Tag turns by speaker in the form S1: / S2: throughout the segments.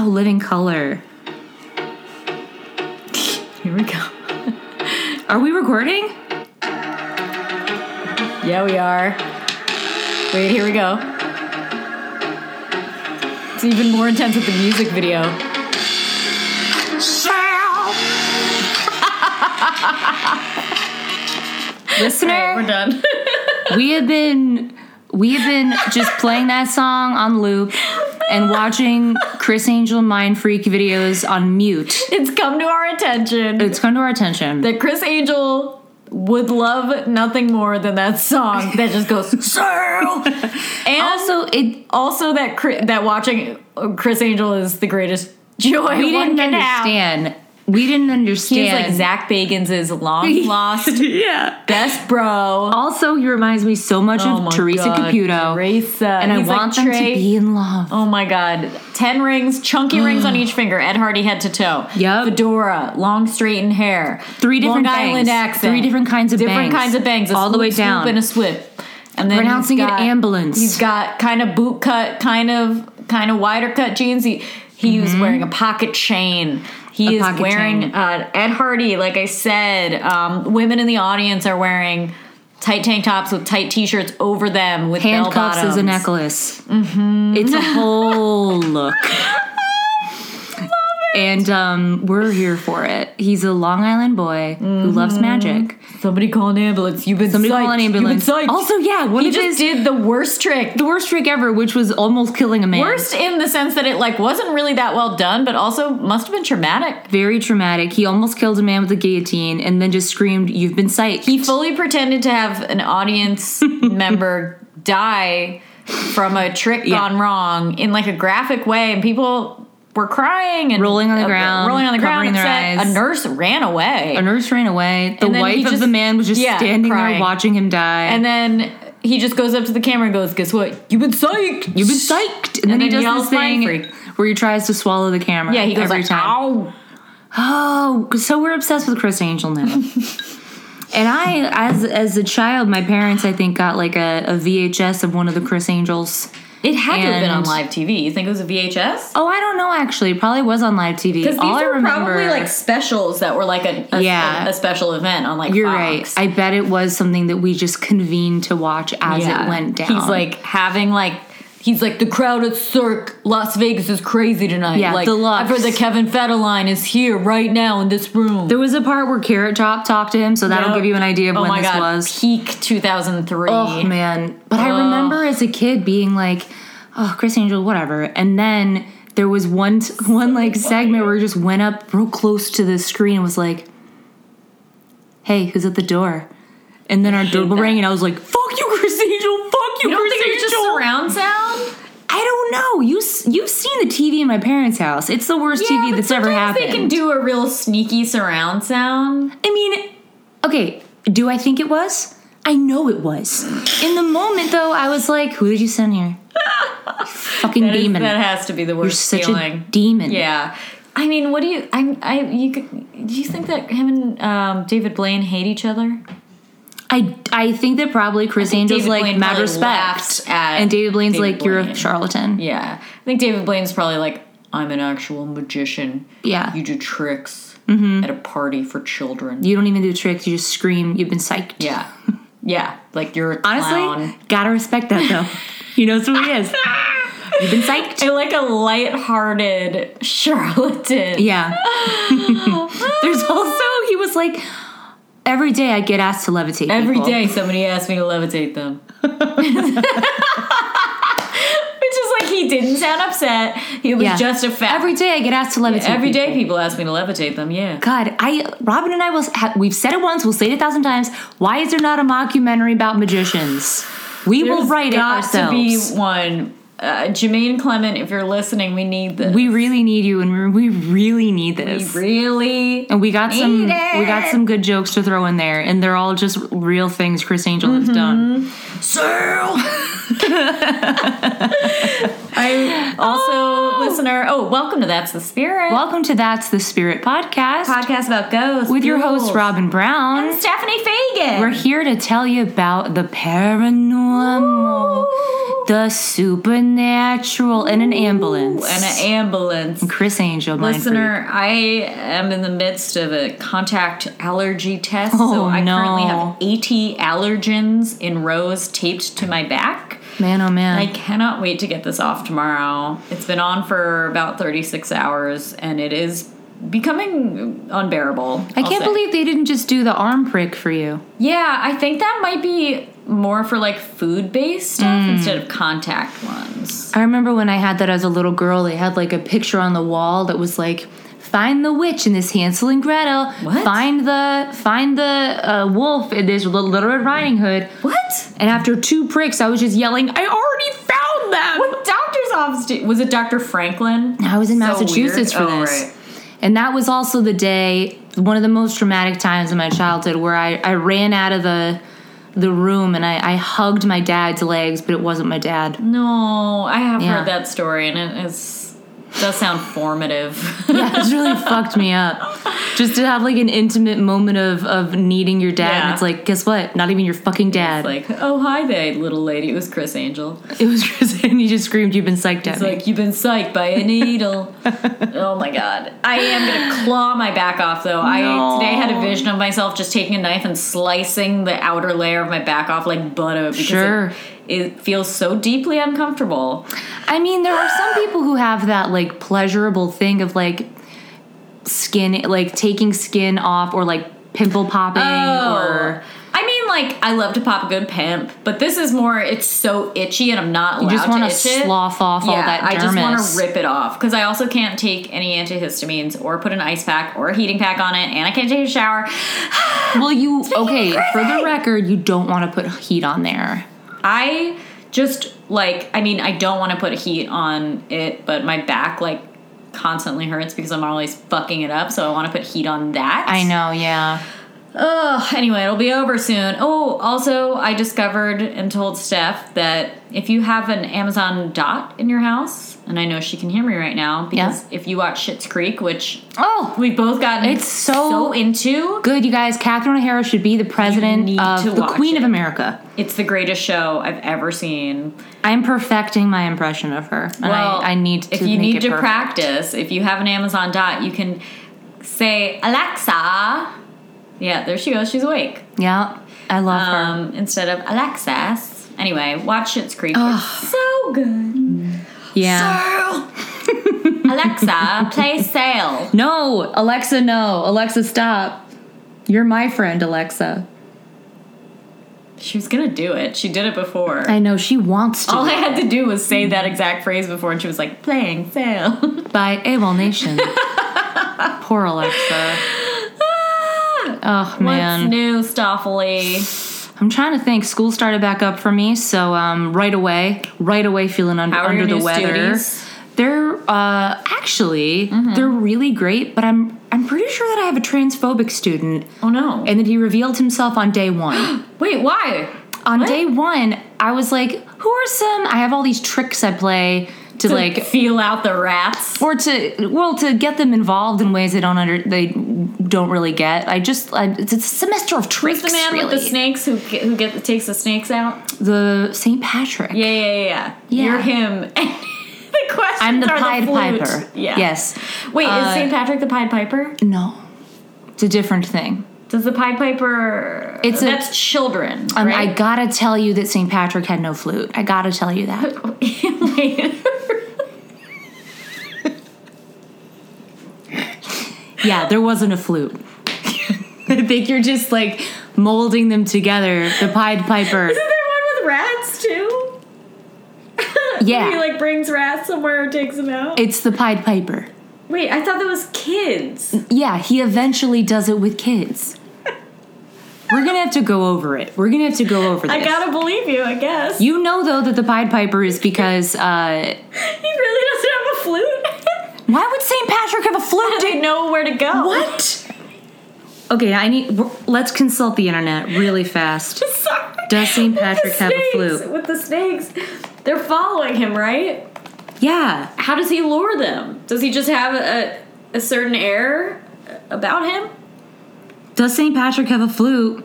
S1: Oh,
S2: living color. Here we go. Are we recording?
S1: Yeah, we are. Wait, here we go. It's even more intense with the music video.
S2: Listener,
S1: done.
S2: we have been we have been just playing that song on loop and watching Chris Angel Mind Freak videos on mute.
S1: it's come to our attention
S2: It's come to our attention.
S1: that Chris Angel would love nothing more than that song that just goes "Sail." and also,
S2: also, it
S1: that Chri- that watching Chris Angel is the greatest joy
S2: we
S1: one
S2: didn't
S1: can have.
S2: understand. We didn't understand.
S1: He's like Zach Bagans is long lost
S2: yeah.
S1: best bro.
S2: Also, he reminds me so much
S1: Oh my
S2: of Teresa
S1: God,
S2: Caputo,
S1: Teresa.
S2: and I
S1: He's
S2: want them
S1: like Trey-
S2: to be in love.
S1: Oh my god. Ten rings, chunky rings on each finger, Ed Hardy head to toe.
S2: Yup.
S1: Fedora, long straightened hair.
S2: Three different
S1: Long Island
S2: bangs.
S1: accent.
S2: Three different kinds of
S1: different
S2: bangs.
S1: kinds of bangs. A
S2: All the way
S1: swoop,
S2: down.
S1: Swoop and a swip. And then he's
S2: Pronouncing it
S1: got-
S2: ambulance.
S1: He's got kind of boot cut, kind of kind of wider cut jeans. He he was wearing a pocket chain. He
S2: Mm-hmm. A
S1: is
S2: pocket
S1: wearing
S2: chain.
S1: uh, Ed Hardy, like I said. Um, women in the audience are wearing tight tank tops with tight t-shirts over them with bell
S2: Handcuffs is a
S1: bottoms.
S2: necklace.
S1: Mm-hmm.
S2: It's a whole look. And um, we're here for it. He's a Long Island boy who loves magic.
S1: Somebody call an ambulance. You've been
S2: Somebody
S1: Mm-hmm. psyched.
S2: call an ambulance.
S1: You've been psyched.
S2: Also, yeah, one
S1: he
S2: of his
S1: just did the worst trick. The
S2: the worst trick ever, which was almost killing a man.
S1: worst in the sense that it like wasn't really that well done, but also must have been traumatic.
S2: Very traumatic. He almost killed a man with a guillotine and then just screamed, "You've been psyched."
S1: He fully pretended to have an audience member die from a trick
S2: Yeah.
S1: gone wrong in like a graphic way, and people were crying and
S2: Rolling on the
S1: uh,
S2: ground,
S1: rolling on the ground.
S2: covering their
S1: upset.
S2: eyes.
S1: A nurse ran away.
S2: a nurse ran away. The
S1: And then he
S2: wife of
S1: just-
S2: the man was just
S1: yeah,
S2: standing
S1: crying.
S2: there watching him die.
S1: And then he just goes up to the camera and goes, "Guess what? You've been psyched.
S2: You've been psyched. And, then, he
S1: then
S2: does
S1: yells,
S2: this thing
S1: "Mind freak."
S2: where he tries to swallow the camera.
S1: Yeah, he goes
S2: every
S1: like,
S2: time.
S1: "Ow."
S2: Oh, so we're obsessed with Chris Angel now. and I, as as a child, my parents I think got like a, a VHS of one of the Chris Angels.
S1: It had to have been on
S2: And-
S1: live TV. You think it was a VHS?
S2: Oh, I don't know. Actually, it probably was on live TV.
S1: Because these
S2: All I
S1: were
S2: remember,
S1: probably like specials that were like a, a
S2: Yeah.
S1: a, special event on like
S2: you're
S1: Fox.
S2: right. I bet it was something that we just convened to watch as it went down.
S1: He's like having like he's like the crowd at Cirque Las Vegas is crazy tonight.
S2: Yeah,
S1: like
S2: the Lux.
S1: I've heard the Kevin Federline is here right now in this room.
S2: there was a part where Carrot Top talked to him, so that'll
S1: Yep.
S2: give you an idea of
S1: oh
S2: when
S1: my
S2: this
S1: God,
S2: was.
S1: peak two thousand three.
S2: Oh man. But I
S1: Ugh.
S2: remember as a kid being like, oh, Chris Angel, whatever. And then there was one t- one like segment where it just went up real close to the screen and was like, Hey, who's at the door? And then our doorbell
S1: that.
S2: rang and I was like, Fuck you, Chris Angel, fuck you,
S1: You don't
S2: Chris
S1: think it was just
S2: Angel.
S1: surround sound?
S2: I don't know. You s- you've seen the TV in my parents' house. It's the worst TV
S1: but
S2: that's ever
S1: sometimes
S2: happened.
S1: They can do a real sneaky surround sound.
S2: I mean, okay, do I think it was? I know it was. In the moment, though, I was like, who did you send here? You Fucking
S1: That is-
S2: demon.
S1: That has to be the
S2: You're
S1: worst
S2: such
S1: feeling.
S2: a demon.
S1: Yeah. I mean, what do you? I, I, you, could- do you think that him and um, David Blaine hate each other?
S2: I, I think that probably Chris Angel's
S1: David
S2: like
S1: Blaine
S2: mad
S1: probably
S2: respect.
S1: laughed at
S2: and David Blaine's
S1: David
S2: like, you're
S1: Blaine.
S2: a charlatan.
S1: Yeah, I think David Blaine's probably like, I'm an actual magician.
S2: Yeah. Mm-hmm.
S1: You do tricks at a party for children.
S2: You don't even do tricks, you just scream, you've been psyched.
S1: yeah, yeah. Like you're a
S2: Honestly,
S1: clown.
S2: gotta respect that though. he knows who he is. You've been psyched.
S1: I like a light-hearted charlatan.
S2: Yeah. There's also, he was like, every day I get asked to levitate.
S1: Every
S2: people."
S1: day somebody asks me to levitate them. Which is like he didn't sound upset. He was
S2: Yeah.
S1: just a fact.
S2: Every day I get asked to levitate.
S1: Every
S2: people.
S1: day people ask me to levitate them, yeah.
S2: God, I Robin and I will. Ha- we've said it once. We'll say it a thousand times. Why is there not a mockumentary about magicians? We will
S1: There's
S2: write it
S1: got
S2: ourselves.
S1: to be one. Uh, Jermaine Clement, if you're listening, we need this.
S2: we really need you, and we're- we really need
S1: We
S2: this.
S1: really.
S2: and we got some.
S1: need it.
S2: We got some good jokes to throw in there, and they're all just real things Chris Angel
S1: Mm-hmm.
S2: has done.
S1: I also, listener. Oh, welcome to That's the Spirit
S2: Welcome to That's the Spirit podcast
S1: podcast about ghosts
S2: with your host
S1: ghouls,
S2: Robin Brown.
S1: and Stephanie Fagan.
S2: We're here to tell you about the paranormal. The supernatural in an ambulance.
S1: and an ambulance.
S2: Chris Angel, mind
S1: Listener, I am in the midst of a contact allergy test, so
S2: Oh,
S1: I
S2: no.
S1: currently have 80 allergens in rows taped to my back.
S2: freak. man, oh man.
S1: I cannot wait to get this off tomorrow. It's been on for about 36 hours and it is becoming unbearable.
S2: I
S1: I'll
S2: can't
S1: say.
S2: believe they didn't just do the arm prick for you.
S1: Yeah, I think that might be more for like food based stuff
S2: Mm.
S1: instead of contact ones.
S2: I remember when I had that as a little girl, they had like a picture on the wall that was like, "Find the witch in this Hansel and Gretel.
S1: What?
S2: Find the find the uh, wolf in this Little, Little Red Riding Hood."
S1: What?
S2: And after two pricks, I was just yelling, "I already found them!"
S1: What doctor's office? Did, was it Dr. Franklin?
S2: I was in
S1: So
S2: Massachusetts
S1: weird.
S2: for
S1: Oh,
S2: this.
S1: right.
S2: And that was also the day, one of the most traumatic times in my childhood, where I, I ran out of the the room and I, I hugged my dad's legs, but it wasn't my dad.
S1: No, I have
S2: Yeah.
S1: heard that story, and it is does sound formative.
S2: Yeah, it's really fucked me up. Just to have like an intimate moment of of needing your dad. And
S1: Yeah.
S2: it's like, guess what? Not even your fucking dad.
S1: It's like, oh hi there, little lady. It was Chris Angel.
S2: it was Chris and he just screamed, You've been psyched at
S1: It's
S2: me.
S1: like you've been psyched by a needle. oh my god, I am gonna claw my back off though. I
S2: No.
S1: today had a vision of myself just taking a knife and slicing the outer layer of my back off like butter because
S2: Sure.
S1: it, it feels so deeply uncomfortable.
S2: I mean, there are some people who have that like pleasurable thing of like skin like taking skin off or like pimple popping or
S1: Oh. I mean, like I love to pop a good pimp, but this is more. It's so itchy, and I'm not.
S2: you just
S1: want
S2: to slough off all that dermis.
S1: I just want to rip it off because I also can't take any antihistamines or put an ice pack or a heating pack on it, and I can't take a shower.
S2: Well, you okay? For the record, you don't want to put heat on there.
S1: I just like, I mean, I don't want to put heat on it, but my back like constantly hurts because I'm always fucking it up, so I want to put heat on that.
S2: I know, yeah.
S1: Ugh, anyway, it'll be over soon. Oh, also, I discovered and told Steph that if you have an Amazon Dot in your house, and I know she can hear me right now because if you watch Shit's Creek, which
S2: Oh,
S1: we've both gotten
S2: It's so
S1: into,
S2: good, you guys. Catherine O'Hara should be the president
S1: need
S2: of
S1: to
S2: the
S1: watch
S2: Queen of
S1: it.
S2: America.
S1: it's the greatest show I've ever seen.
S2: I'm perfecting my impression of her, and
S1: Well,
S2: I, I need to.
S1: If you
S2: make
S1: need
S2: it
S1: to
S2: perfect.
S1: practice, if you have an Amazon Dot, you can say Alexa. Yeah, there she goes. She's awake.
S2: yeah, I love her.
S1: Um, instead of Alexis. Anyway, watch Shit's Creek. It's so good.
S2: Yeah.
S1: Alexa, play Sale.
S2: No, Alexa, no, Alexa, stop. You're my friend, Alexa.
S1: She was gonna do it. She did it before.
S2: I know she wants to
S1: All I had to do was say that exact phrase before, and she was like, "Playing Sale."
S2: by Able Nation. Poor Alexa. Oh man.
S1: What's new, Stoffely?
S2: I'm trying to think. School started back up for me, so um, right away, right away, feeling un-
S1: How are
S2: under
S1: your
S2: the
S1: new
S2: weather.
S1: studies?
S2: They're uh, actually
S1: Mm-hmm.
S2: they're really great, but I'm I'm pretty sure that I have a transphobic student,
S1: Oh no!
S2: and that he revealed himself on day one.
S1: Wait, why?
S2: on day one, I was like, "Who are some?" I have all these tricks I play to like
S1: feel out the rats.
S2: or to well to get them involved in ways they don't under they don't really get. I just I, it's a semester of tricks.
S1: Who's the man
S2: really.
S1: with the snakes who get, who get takes the snakes out?
S2: The St. Patrick.
S1: Yeah, yeah, yeah. yeah.
S2: Yeah.
S1: You're him. the questions
S2: I'm the
S1: are
S2: Pied
S1: flute.
S2: Piper.
S1: Yeah.
S2: Yes.
S1: Wait,
S2: Uh,
S1: is St. Patrick the Pied Piper?
S2: No. It's a different thing.
S1: Does the Pied Piper?
S2: It's a-
S1: that's children,
S2: Um, I
S1: right?
S2: gotta tell you that St. Patrick had no flute. I gotta tell you that.
S1: Wait.
S2: Yeah, there wasn't a flute. I think you're just like molding them together. The Pied Piper.
S1: Isn't there one with rats too?
S2: Yeah.
S1: he like brings rats somewhere or takes them out.
S2: It's the Pied Piper.
S1: Wait, I thought that was kids.
S2: Yeah, he eventually does it with kids. We're gonna have to go over it. We're gonna have to go over this.
S1: I gotta believe you, I guess.
S2: you know though that the Pied Piper is because uh,
S1: he really doesn't have a flute.
S2: why would St. Patrick have a flute?
S1: Didn't know where to go.
S2: What? Okay, I need. w- Let's consult the internet really fast.
S1: Sorry.
S2: Does St. Patrick have a
S1: snakes-
S2: flute?
S1: With the snakes, they're following him, right?
S2: Yeah,
S1: How does he lure them? Does he just have a, a certain air about him?
S2: does St. Patrick have a flute?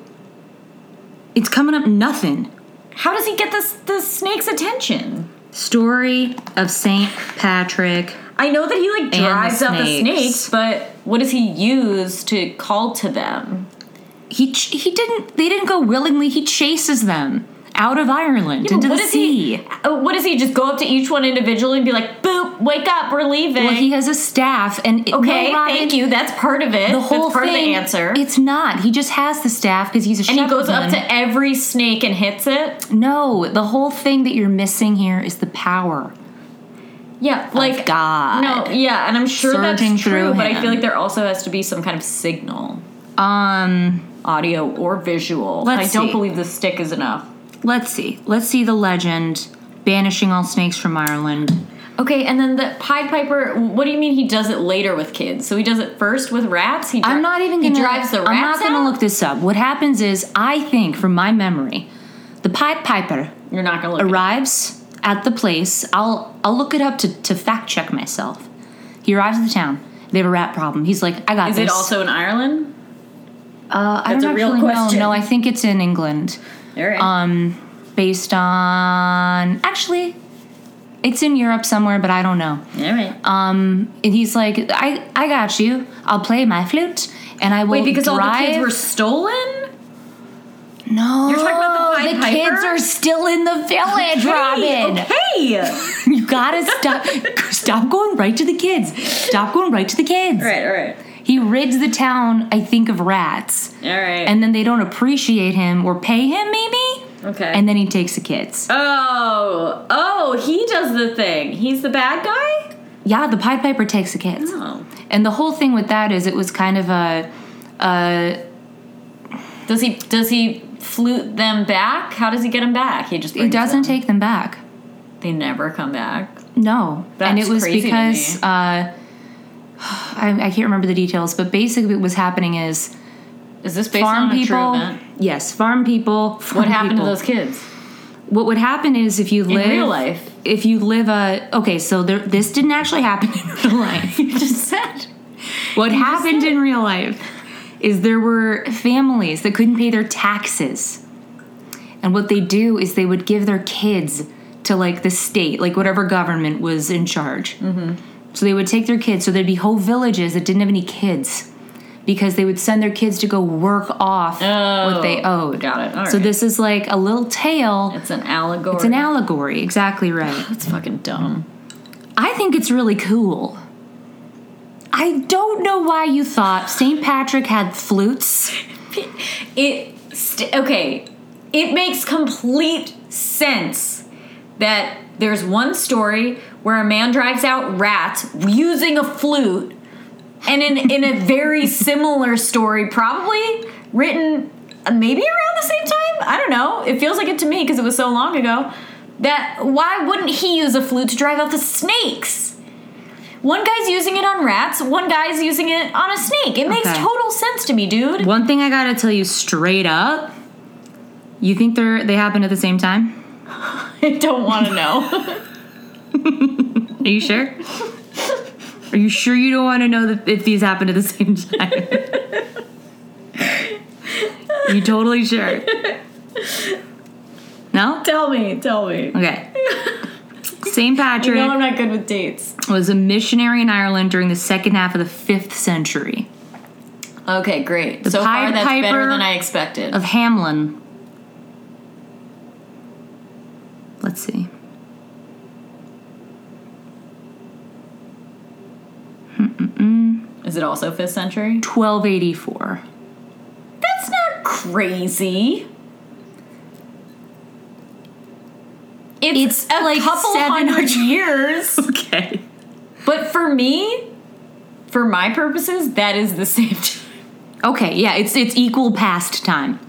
S2: It's coming up nothing.
S1: How does he get this the snake's attention?
S2: Story of Saint Patrick.
S1: I know that he like
S2: the
S1: drives out the
S2: snakes.
S1: snakes, but what does he use to call to them?
S2: He ch- he didn't. They didn't go willingly. He chases them out of Ireland into the
S1: What does
S2: sea.
S1: He, uh, what does he just go up to each one individually and be like, "Boop, wake up, we're leaving."
S2: Well, he has a staff, and it-
S1: okay,
S2: no, Ryan,
S1: thank you. That's part of it.
S2: The whole
S1: That's part
S2: thing.
S1: of the answer.
S2: It's not. He just has the staff because he's a
S1: and he
S2: shepherd
S1: goes
S2: man.
S1: up to every snake and hits it.
S2: No, the whole thing that you're missing here is the power.
S1: Yeah, like
S2: God.
S1: No, yeah, and I'm sure
S2: Surging
S1: that's true,
S2: through
S1: but I
S2: him.
S1: feel like there also has to be some kind of signal,
S2: Um,
S1: audio or visual.
S2: Let's
S1: and I don't
S2: see.
S1: believe the stick is enough.
S2: let's see. Let's see the legend banishing all snakes from Ireland.
S1: Okay, and then the Pied Piper. What do you mean he does it later with kids? So he does it first with rats. He dri-
S2: I'm not even gonna
S1: He drives the rats
S2: I'm not gonna
S1: out?
S2: look this up. What happens is I think from my memory, the Pied Piper
S1: You're not gonna look. it up.
S2: arrives at the place. I'll I'll look it up to, to fact check myself. He arrives at the town. They have a rat problem. He's like, I got
S1: Is
S2: this.
S1: it also in Ireland?
S2: Uh, I
S1: That's
S2: don't
S1: a real
S2: actually
S1: question.
S2: know. No, I think it's in England.
S1: All right.
S2: Um, based on actually, it's in Europe somewhere, but I don't know.
S1: All right.
S2: Um, and he's like, I I got you. I'll play my flute, and I will
S1: Wait, because all
S2: drive.
S1: the kids were stolen.
S2: no.
S1: You're talking about the Pied Piper?
S2: kids are still in the village, Robin.
S1: Hey.
S2: You gotta stop. stop going right to the kids. Stop going right to the kids.
S1: all right. All right.
S2: He rids the town. I think of rats,
S1: All right.
S2: and then they don't appreciate him or pay him, maybe.
S1: okay.
S2: And then he takes the kids.
S1: oh, oh, he does the thing. He's the bad guy.
S2: Yeah, the Pied Piper takes the kids.
S1: Oh.
S2: And the whole thing with that is it was kind of a, a
S1: Does he? Does he flute them back? How does he get them back? He just.
S2: it
S1: brings
S2: doesn't
S1: them.
S2: take them back.
S1: They never come back.
S2: No. and
S1: That's
S2: it was
S1: crazy to
S2: because
S1: me.
S2: uh, I, I can't remember the details, but basically what was happening is
S1: Is this based
S2: farm
S1: on a true
S2: people.
S1: event?
S2: Yes, farm people.
S1: What
S2: farm
S1: happened
S2: people.
S1: to those kids?
S2: What would happen is if you live
S1: real life.
S2: If you live a okay, so there, this didn't actually happen in real life.
S1: You just said.
S2: What happened in real life is there were families that couldn't pay their taxes. And what they do is they would give their kids to like the state, like whatever government was in charge. Mm-hmm. So they would take their kids. So there'd be whole villages that didn't have any kids because they would send their kids to go work off what they
S1: Oh,
S2: owed.
S1: got it. All
S2: so
S1: right.
S2: this is like a little tale.
S1: It's an allegory.
S2: It's an allegory, exactly right.
S1: That's fucking dumb.
S2: I think it's really cool. I don't know why you thought St. Patrick had flutes.
S1: It st- okay. It makes complete sense that there's one story where a man drives out rats using a flute, and in in a very similar story, probably written uh, maybe around the same time. I don't know. It feels like it to me because it was so long ago. That why wouldn't he use a flute to drive out the snakes? One guy's using it on rats, one guy's using it on a snake. It makes
S2: Okay.
S1: total sense to me, dude.
S2: One thing I gotta tell you straight up. You think they're they happen at the same time?
S1: I don't want to know.
S2: Are you sure? Are you sure you don't want to know that if these happen at the same time? you totally sure? No?
S1: tell me, tell me.
S2: Okay. St. Patrick.
S1: You know I'm not good with dates.
S2: was a missionary in Ireland during the second half of the 5th century
S1: Okay, great. so far,
S2: Pied
S1: that's
S2: Piper
S1: better than I expected.
S2: of Hamlin. Let's see.
S1: Is it also fifth century?
S2: 1284.
S1: That's not crazy. It's,
S2: It's
S1: a
S2: like
S1: couple
S2: seven
S1: hundred years,
S2: Okay.
S1: but for me, for my purposes, that is the same.
S2: Okay, yeah, it's it's equal past time.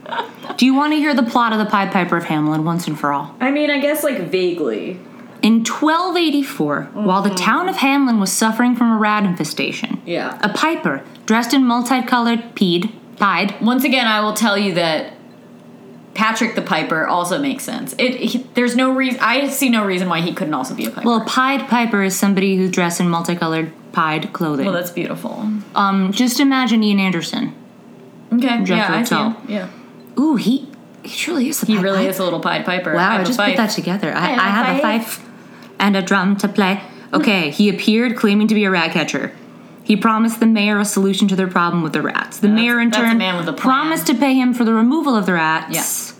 S2: Do you want to hear the plot of the Pied Piper of Hamlin once and for all?
S1: I mean, I guess like vaguely.
S2: In 1284, while the town of Hamlin was suffering from a rat infestation,
S1: Yeah.
S2: a piper dressed in multicolored peed, pied,
S1: Once again, I will tell you that Patrick the Piper also makes sense. It he, there's no reason I see no reason why he couldn't also be a piper. Well,
S2: well, a Pied Piper is somebody who dressed in multicolored pied clothing.
S1: that's beautiful.
S2: Um, just imagine Ian Anderson.
S1: Okay,
S2: Jethro
S1: yeah, I see.
S2: Tull.
S1: him. Yeah,
S2: Ooh, he He truly is the
S1: He
S2: Pied
S1: really
S2: Piper.
S1: is a little Pied Piper.
S2: Wow,
S1: I'm
S2: I
S1: a
S2: just put
S1: fife.
S2: that together. I, I,
S1: I'm a
S2: have a
S1: fife.
S2: fife and a drum to play. Okay, he appeared claiming to be a rat catcher. He promised the mayor a solution to their problem with the rats. The mayor, in
S1: that's a
S2: turn,
S1: man with a plan.
S2: promised to pay him for the removal of the rats.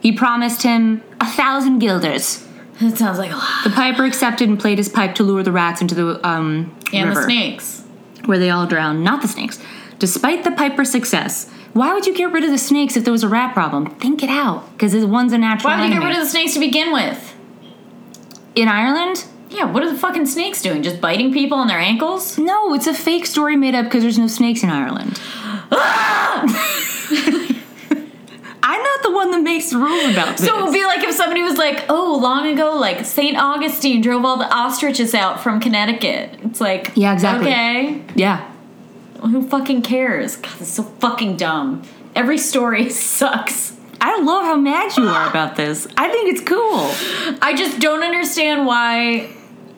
S2: He promised him a thousand guilders.
S1: That sounds like a lot.
S2: The piper accepted and played his pipe to lure the rats into the um,
S1: And
S2: river,
S1: the snakes.
S2: where they all drowned, not the snakes. Despite the piper's success, why would you get rid of the snakes if there was a rat problem? Think it out, because one's a natural.
S1: Why would you get
S2: enemy.
S1: rid of the snakes to begin with?
S2: in Ireland?
S1: Yeah, what are the fucking snakes doing? Just biting people on their ankles?
S2: No, it's a fake story made up because there's no snakes in Ireland. I'm not the one that makes the rule about this.
S1: So it would be like if somebody was like, oh, long ago, like St. Augustine drove all the ostriches out from Connecticut. It's like,
S2: Yeah, exactly.
S1: Okay,
S2: yeah,
S1: who fucking cares? God, this is so fucking dumb. Every story sucks.
S2: I love how mad you are about this. I think it's cool.
S1: I just don't understand why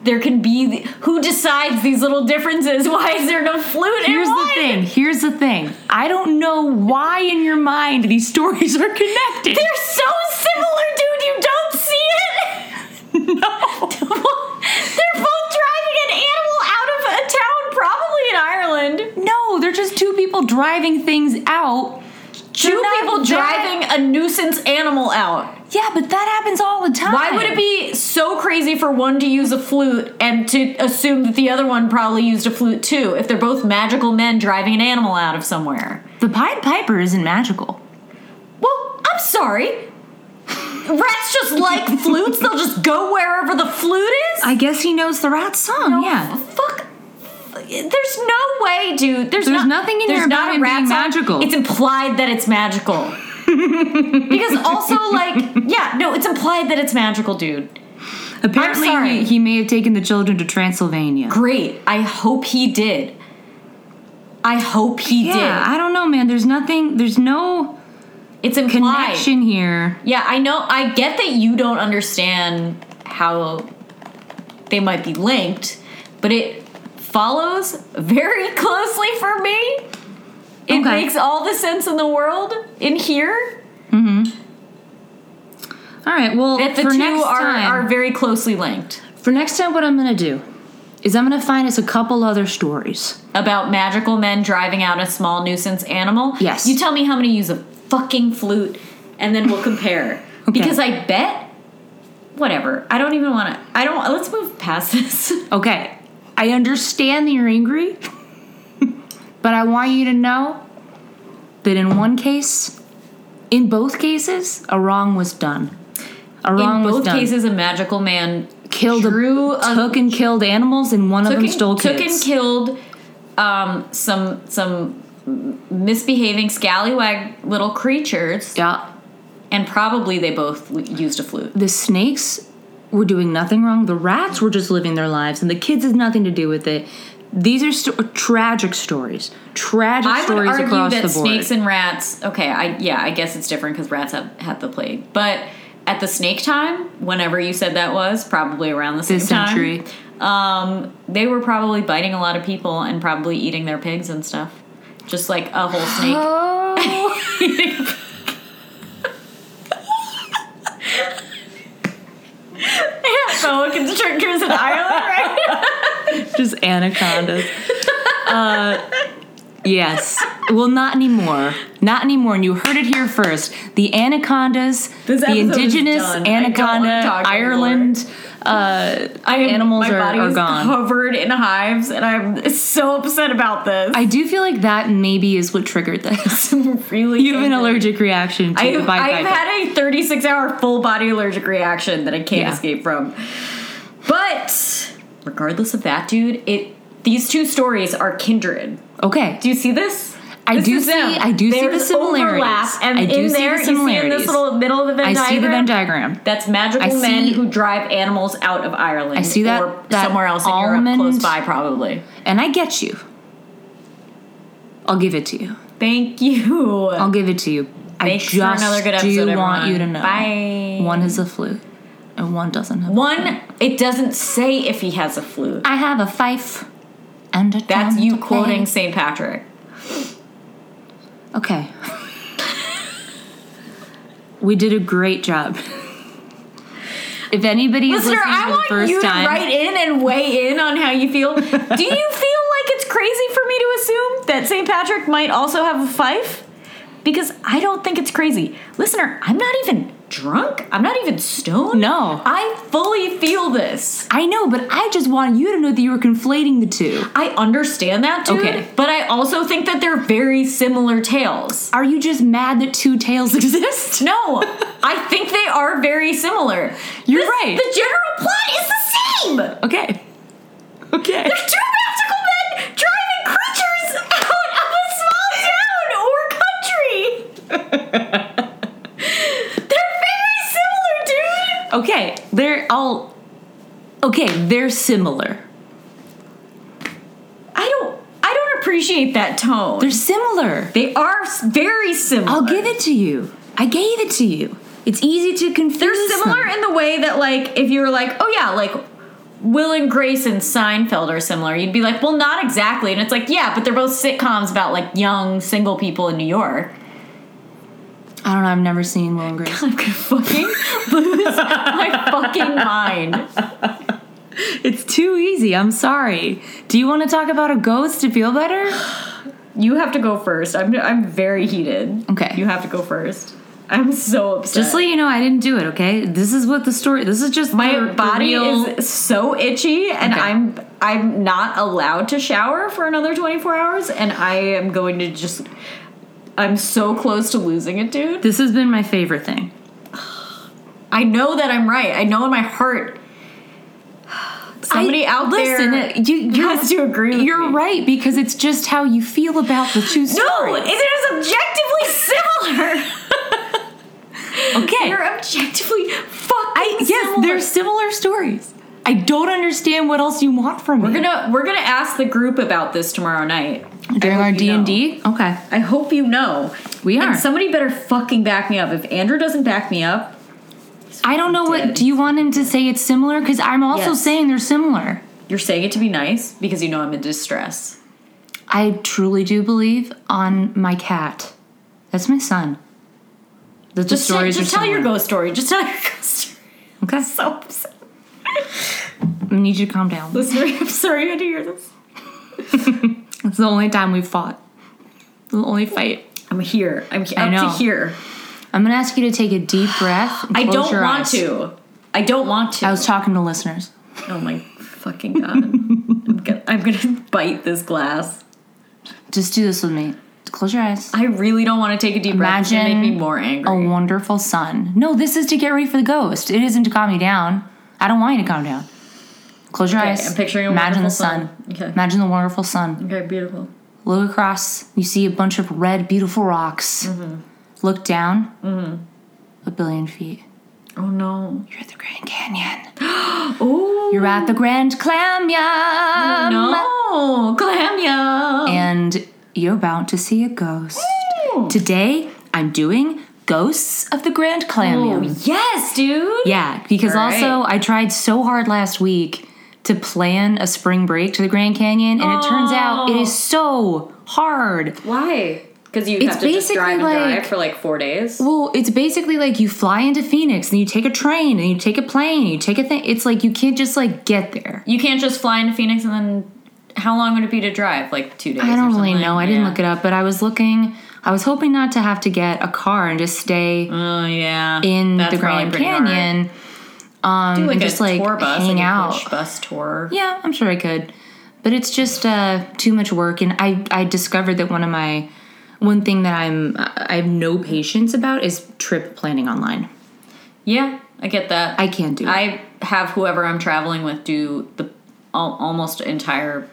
S1: there can be the, who decides these little differences. Why is there no flute?
S2: Here's
S1: and
S2: the
S1: wine?
S2: thing. Here's the thing. I don't know why in your mind these stories are connected.
S1: They're so similar, dude. You don't see it.
S2: no.
S1: They're both driving an animal out of a town, probably in Ireland.
S2: No, they're just two people driving things out. They're
S1: Two
S2: not
S1: people
S2: that-
S1: driving a nuisance animal out.
S2: Yeah, but that happens all the time.
S1: Why would it be so crazy for one to use a flute and to assume that the other one probably used a flute too if they're both magical men driving an animal out of somewhere?
S2: The Pied Piper isn't magical.
S1: Well, I'm sorry. Rats just like flutes, they'll just go wherever the flute is.
S2: I guess he knows the rat song. Yeah.
S1: Fuck. There's no way, dude. There's,
S2: There's
S1: not-
S2: nothing in
S1: there's
S2: there about
S1: not a
S2: it being
S1: rat song.
S2: magical.
S1: It's implied that it's magical. because also, like, yeah, no, it's implied that it's magical, dude.
S2: Apparently,
S1: I'm sorry.
S2: He, he may have taken the children to Transylvania.
S1: Great. I hope he did. I hope he
S2: yeah, I don't know, man. There's nothing. There's no
S1: did. It's implied.
S2: connection here.
S1: Yeah, I know. I get that you don't understand how they might be linked, but it follows very closely for me. It
S2: Okay.
S1: makes all the sense in the world in here
S2: All right. Well,
S1: that the
S2: for
S1: two
S2: next
S1: are,
S2: time,
S1: are very closely linked
S2: for next time, what I'm gonna do is I'm gonna find us a couple other stories.
S1: about magical men driving out a small nuisance animal.
S2: Yes.
S1: You tell me how many use a fucking flute, and then we'll compare.
S2: Okay.
S1: Because I bet. Whatever. I don't even want to. I don't. Let's move past this.
S2: Okay. I understand that you're angry, but I want you to know that in one case, in both cases, a wrong was done. A wrong
S1: in
S2: was
S1: both
S2: done.
S1: cases, a magical man
S2: killed
S1: drew a-
S2: took and killed animals, and one of
S1: took
S2: them
S1: and,
S2: stole
S1: took
S2: kids.
S1: and killed um, some some misbehaving scallywag little creatures,
S2: yeah,
S1: and probably they both l- used a flute.
S2: the snakes were doing nothing wrong. The rats were just living their lives, and the kids had nothing to do with it. These are sto- tragic stories. Tragic
S1: I would
S2: stories
S1: argue
S2: across
S1: that
S2: the board.
S1: snakes and rats. Okay, I yeah, I guess it's different because rats have had the plague, but at the snake time, whenever you said that was, probably around the same
S2: This
S1: time,
S2: century.
S1: Um, they were probably biting a lot of people and probably eating their pigs and stuff, just like a whole snake.
S2: oh,
S1: Yeah, boa constrictors in Ireland, right?
S2: just anacondas. uh, yes. Well, not anymore. Not anymore. And you heard it here first. The anacondas,
S1: This
S2: the
S1: episode is
S2: indigenous
S1: done. I don't wanna
S2: anaconda,
S1: talk anymore.
S2: Ireland. Uh,
S1: I am,
S2: Animals
S1: my
S2: are-
S1: body
S2: are
S1: is
S2: gone.
S1: covered in hives, and I'm so upset about this.
S2: I do feel like that maybe is what triggered this.
S1: I'm really
S2: You have an allergic reaction to the
S1: I've,
S2: Pied
S1: I've
S2: Piper.
S1: had a 36 hour full body allergic reaction that I can't
S2: Yeah.
S1: escape from. But regardless of that, dude, it these two stories are kindred.
S2: okay.
S1: Do you see this?
S2: I
S1: This
S2: do
S1: is them.
S2: see- I do see the
S1: There's
S2: similarities.
S1: Overlap, and
S2: I do
S1: in
S2: see the
S1: there, you see in this
S2: similarities.
S1: little middle of the Venn
S2: I see the
S1: diagram,
S2: Venn diagram.
S1: That's magical
S2: I see-
S1: men who drive animals out of Ireland.
S2: I see that-
S1: or
S2: that
S1: somewhere else in Europe,
S2: almond-
S1: close by, probably.
S2: And I get you. I'll give it to you.
S1: Thank you.
S2: I'll give it to you.
S1: Thanks
S2: Um, I
S1: for
S2: just
S1: another good
S2: do
S1: episode,
S2: want
S1: everyone.
S2: you to know.
S1: Bye.
S2: One is a flute, and one doesn't have.
S1: One, it doesn't say if he has a flute.
S2: I have a fife, and a
S1: That's
S2: drum
S1: you
S2: to play.
S1: quoting St. Patrick.
S2: Okay. We did a great job. if anybody is
S1: Listener,
S2: listening
S1: I
S2: for the
S1: want
S2: first
S1: you to
S2: time,
S1: write in and weigh in on how you feel. Do you feel like it's crazy for me to assume that St. Patrick might also have a fife? Because I don't think it's crazy. Listener, I'm not even drunk. I'm not even stoned.
S2: No.
S1: I fully feel this.
S2: I know, but I just want you to know that you were conflating the two.
S1: I understand that, dude.
S2: Okay.
S1: But I also think that they're very similar tales.
S2: Are you just mad that two tails exist?
S1: No, I think they are very similar.
S2: You're
S1: This-
S2: right.
S1: The general plot is the same.
S2: Okay. Okay.
S1: two magical men driving creatures out of a small town or country. They're very similar, dude.
S2: Okay. They're all. Okay, they're similar.
S1: I don't, I don't appreciate that tone.
S2: They're similar.
S1: they are s- very similar.
S2: I'll give it to you. I gave it to you. It's easy to confuse.
S1: They're similar
S2: them.
S1: in the way that, like, if you were like, oh yeah, like. Will and Grace and Seinfeld are similar. You'd be like, well, not exactly. And it's like, yeah, but they're both sitcoms about like young single people in New York.
S2: I don't know. I've never seen Will and Grace.
S1: I'm gonna fucking lose my fucking mind.
S2: It's too easy. I'm sorry. Do you want to talk about a ghost to feel better?
S1: You have to go first. I'm I'm very heated.
S2: Okay.
S1: You have to go first. I'm so upset.
S2: Just so you know, I didn't do it. Okay. This is what the story. This is just
S1: my
S2: the- the
S1: body
S2: real-
S1: is so itchy and
S2: Okay.
S1: I'm I'm not allowed to shower for another 24 hours and I am going to just I'm so close to losing it, dude.
S2: This has been my favorite thing.
S1: I know that I'm right. I know in my heart somebody
S2: I-
S1: out
S2: listen,
S1: there
S2: you, you
S1: has to agree with
S2: You're
S1: me.
S2: right because it's just how you feel about the two stories.
S1: No, it is objectively similar.
S2: okay.
S1: They're objectively fucking
S2: I, yes,
S1: similar.
S2: they're similar stories. I don't understand what else you want from
S1: We're
S2: me.
S1: gonna we're gonna ask the group about this tomorrow night.
S2: during
S1: I
S2: our
S1: hope
S2: D
S1: you
S2: and D. Okay,
S1: I hope you know.
S2: we are.
S1: And somebody better fucking back me up. If Andrew doesn't back me up,
S2: I don't know what.
S1: Dead.
S2: Do you want him to say it's similar? Because I'm also
S1: Yes.
S2: saying they're similar.
S1: you're saying it to be nice because you know I'm in distress.
S2: I truly do believe on my cat. That's my son. That the
S1: Just, tell-
S2: stories
S1: just
S2: are
S1: tell
S2: similar.
S1: your ghost story. Just tell your ghost story.
S2: Okay,
S1: So upset.
S2: I need you to calm down.
S1: Listener, I'm sorry you had to hear this.
S2: It's the only time we've fought. The only fight.
S1: I'm here. I'm he-
S2: I
S1: up
S2: know.
S1: to here.
S2: I'm gonna ask you to take a deep breath. and
S1: I
S2: close
S1: don't
S2: your
S1: want
S2: eyes.
S1: to. I don't want to.
S2: I was talking to listeners.
S1: oh my fucking god. I'm, gonna, I'm gonna bite this glass.
S2: Just do this with me. Close your eyes.
S1: I really don't want to take a deep breath. It's gonna
S2: Imagine
S1: make me more angry.
S2: A wonderful sun. No, this is to get ready for the ghost. It isn't to calm you down. I don't want you to calm down. Close your
S1: Okay,
S2: eyes.
S1: I'm picturing a
S2: Imagine the
S1: wonderful
S2: sun.
S1: sun. Okay.
S2: Imagine the wonderful sun.
S1: Okay, beautiful.
S2: Look across. You see a bunch of red, beautiful rocks. Look down. A billion feet.
S1: Oh no.
S2: Mm-hmm. You're at the Grand Canyon.
S1: Oh
S2: You're at the Grand Canyon.
S1: no, Glamia.
S2: and you're about to see a ghost. Oh, Today, I'm doing Ghosts of the Grand Clamium.
S1: yes, dude.
S2: Yeah, because
S1: All right.
S2: also I tried so hard last week to plan a spring break to the Grand Canyon, and it turns out it is so hard.
S1: Why? Because you
S2: It's
S1: have to just drive and
S2: basically like-
S1: drive for like four days.
S2: Well, it's basically like you fly into Phoenix, and you take a train, and you take a plane, and you take a thing. It's like you can't just like get there.
S1: You can't just fly into Phoenix and then. How long would it be to drive? Like two days.
S2: I don't really know. I didn't look it up, but I was looking. I was hoping not to have to get a car and just stay
S1: Oh yeah.
S2: in
S1: That's
S2: the
S1: probably
S2: Grand
S1: pretty hard.
S2: Canyon. Um,
S1: Do like
S2: and
S1: a
S2: just like
S1: tour bus,
S2: hang
S1: like
S2: out.
S1: a push bus tour.
S2: Yeah, I'm sure I could. But it's just uh, too much work, and I I discovered that one of my one thing that I'm I have no patience about is trip planning online.
S1: Yeah, I get that.
S2: I can't do. it.
S1: I have whoever I'm traveling with do the al- almost entire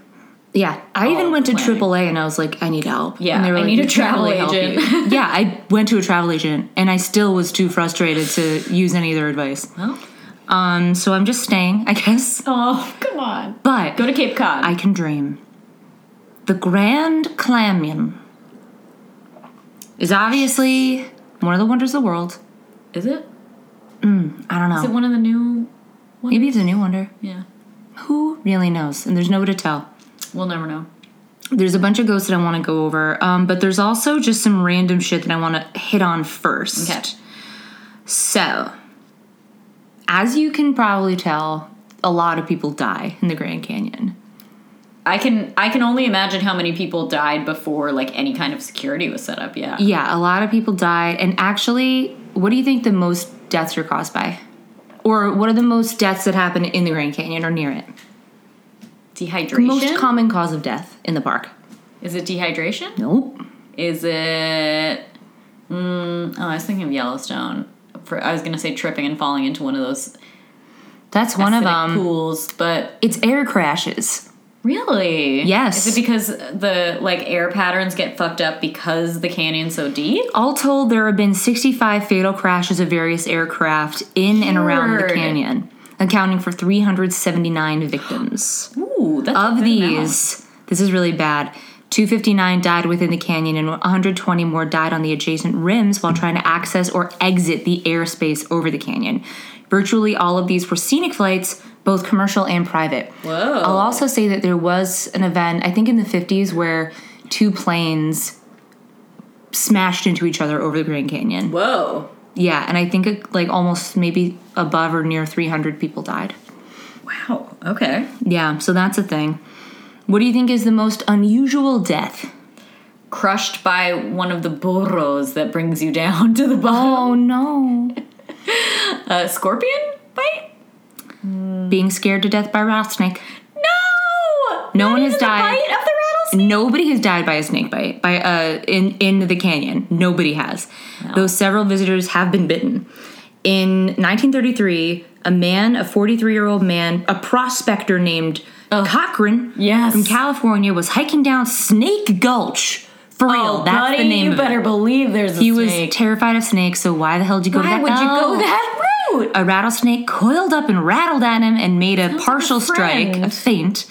S2: yeah, I even
S1: Oh,
S2: went to
S1: planning.
S2: AAA and I was like, I need help.
S1: Yeah,
S2: and
S1: I need a travel agent.
S2: yeah, I went to a travel agent, and I still was too frustrated to use any of their advice.
S1: Well,
S2: Um, so I'm just staying, I guess.
S1: oh come on,
S2: But
S1: go to Cape Cod.
S2: I can dream. The Grand Clamion is obviously one of the wonders of the world.
S1: is it?
S2: I don't know.
S1: Is it one of the new?
S2: Maybe it's a new wonder.
S1: Yeah,
S2: Who really knows? And there's no way to tell.
S1: we'll never know.
S2: There's a bunch of ghosts that I want to go over, um, but there's also just some random shit that I want to hit on first.
S1: Okay.
S2: So, as you can probably tell, a lot of people die in the Grand Canyon.
S1: I can I can only imagine how many people died before like any kind of security was set up. Yeah.
S2: Yeah, a lot of people died. And actually, what do you think the most deaths are caused by? Or what are the most deaths that happen in the Grand Canyon or near it?
S1: Dehydration.
S2: Most common cause of death in the park.
S1: Is it dehydration?
S2: Nope.
S1: Is it? Mm, oh, I was thinking of Yellowstone. For I was gonna say tripping and falling into one of those
S2: That's one of
S1: acidic
S2: them.
S1: pools, but
S2: It's air crashes.
S1: really,
S2: Yes.
S1: Is it because the like air patterns get fucked up because the canyon's so deep?
S2: All told, there have been 65 fatal crashes of various aircraft in and around the
S1: Lord.
S2: canyon, accounting for 379 victims.
S1: Ooh, that's a
S2: of
S1: good amount.
S2: these, this is really bad. 259 died within the canyon, and 120 more died on the adjacent rims while trying to access or exit the airspace over the canyon. Virtually all of these were scenic flights, both commercial and private.
S1: Whoa.
S2: I'll also say that there was an event, I think in the 50s, where two planes smashed into each other over the Grand Canyon.
S1: Whoa.
S2: Yeah, and I think it, like almost maybe above or near 300 people died.
S1: Wow. Okay.
S2: Yeah, so that's a thing. What do you think is the most unusual death?
S1: Crushed by one of the burros that brings you down to the bottom.
S2: Oh no.
S1: A scorpion bite?
S2: Being scared to death by rattlesnake.
S1: No.
S2: No
S1: Not
S2: one has
S1: even the
S2: died.
S1: Bite of the rattlesnake.
S2: Nobody has died by a snake bite by uh in in the canyon. Nobody has. Though several visitors have been bitten. In 1933, a man, a 43-year-old man, a prospector named Cochran
S1: Yes.
S2: from California was hiking down Snake Gulch. For real,
S1: Oh,
S2: that's
S1: buddy,
S2: the name
S1: you
S2: of
S1: better
S2: it.
S1: believe there's a
S2: He
S1: snake.
S2: was terrified of snakes, so why the hell did you go to
S1: Why
S2: that
S1: would you go
S2: Oh.
S1: that route?
S2: a rattlesnake coiled up and rattled at him and made a
S1: like
S2: partial
S1: a
S2: strike, a
S1: friend.
S2: feint.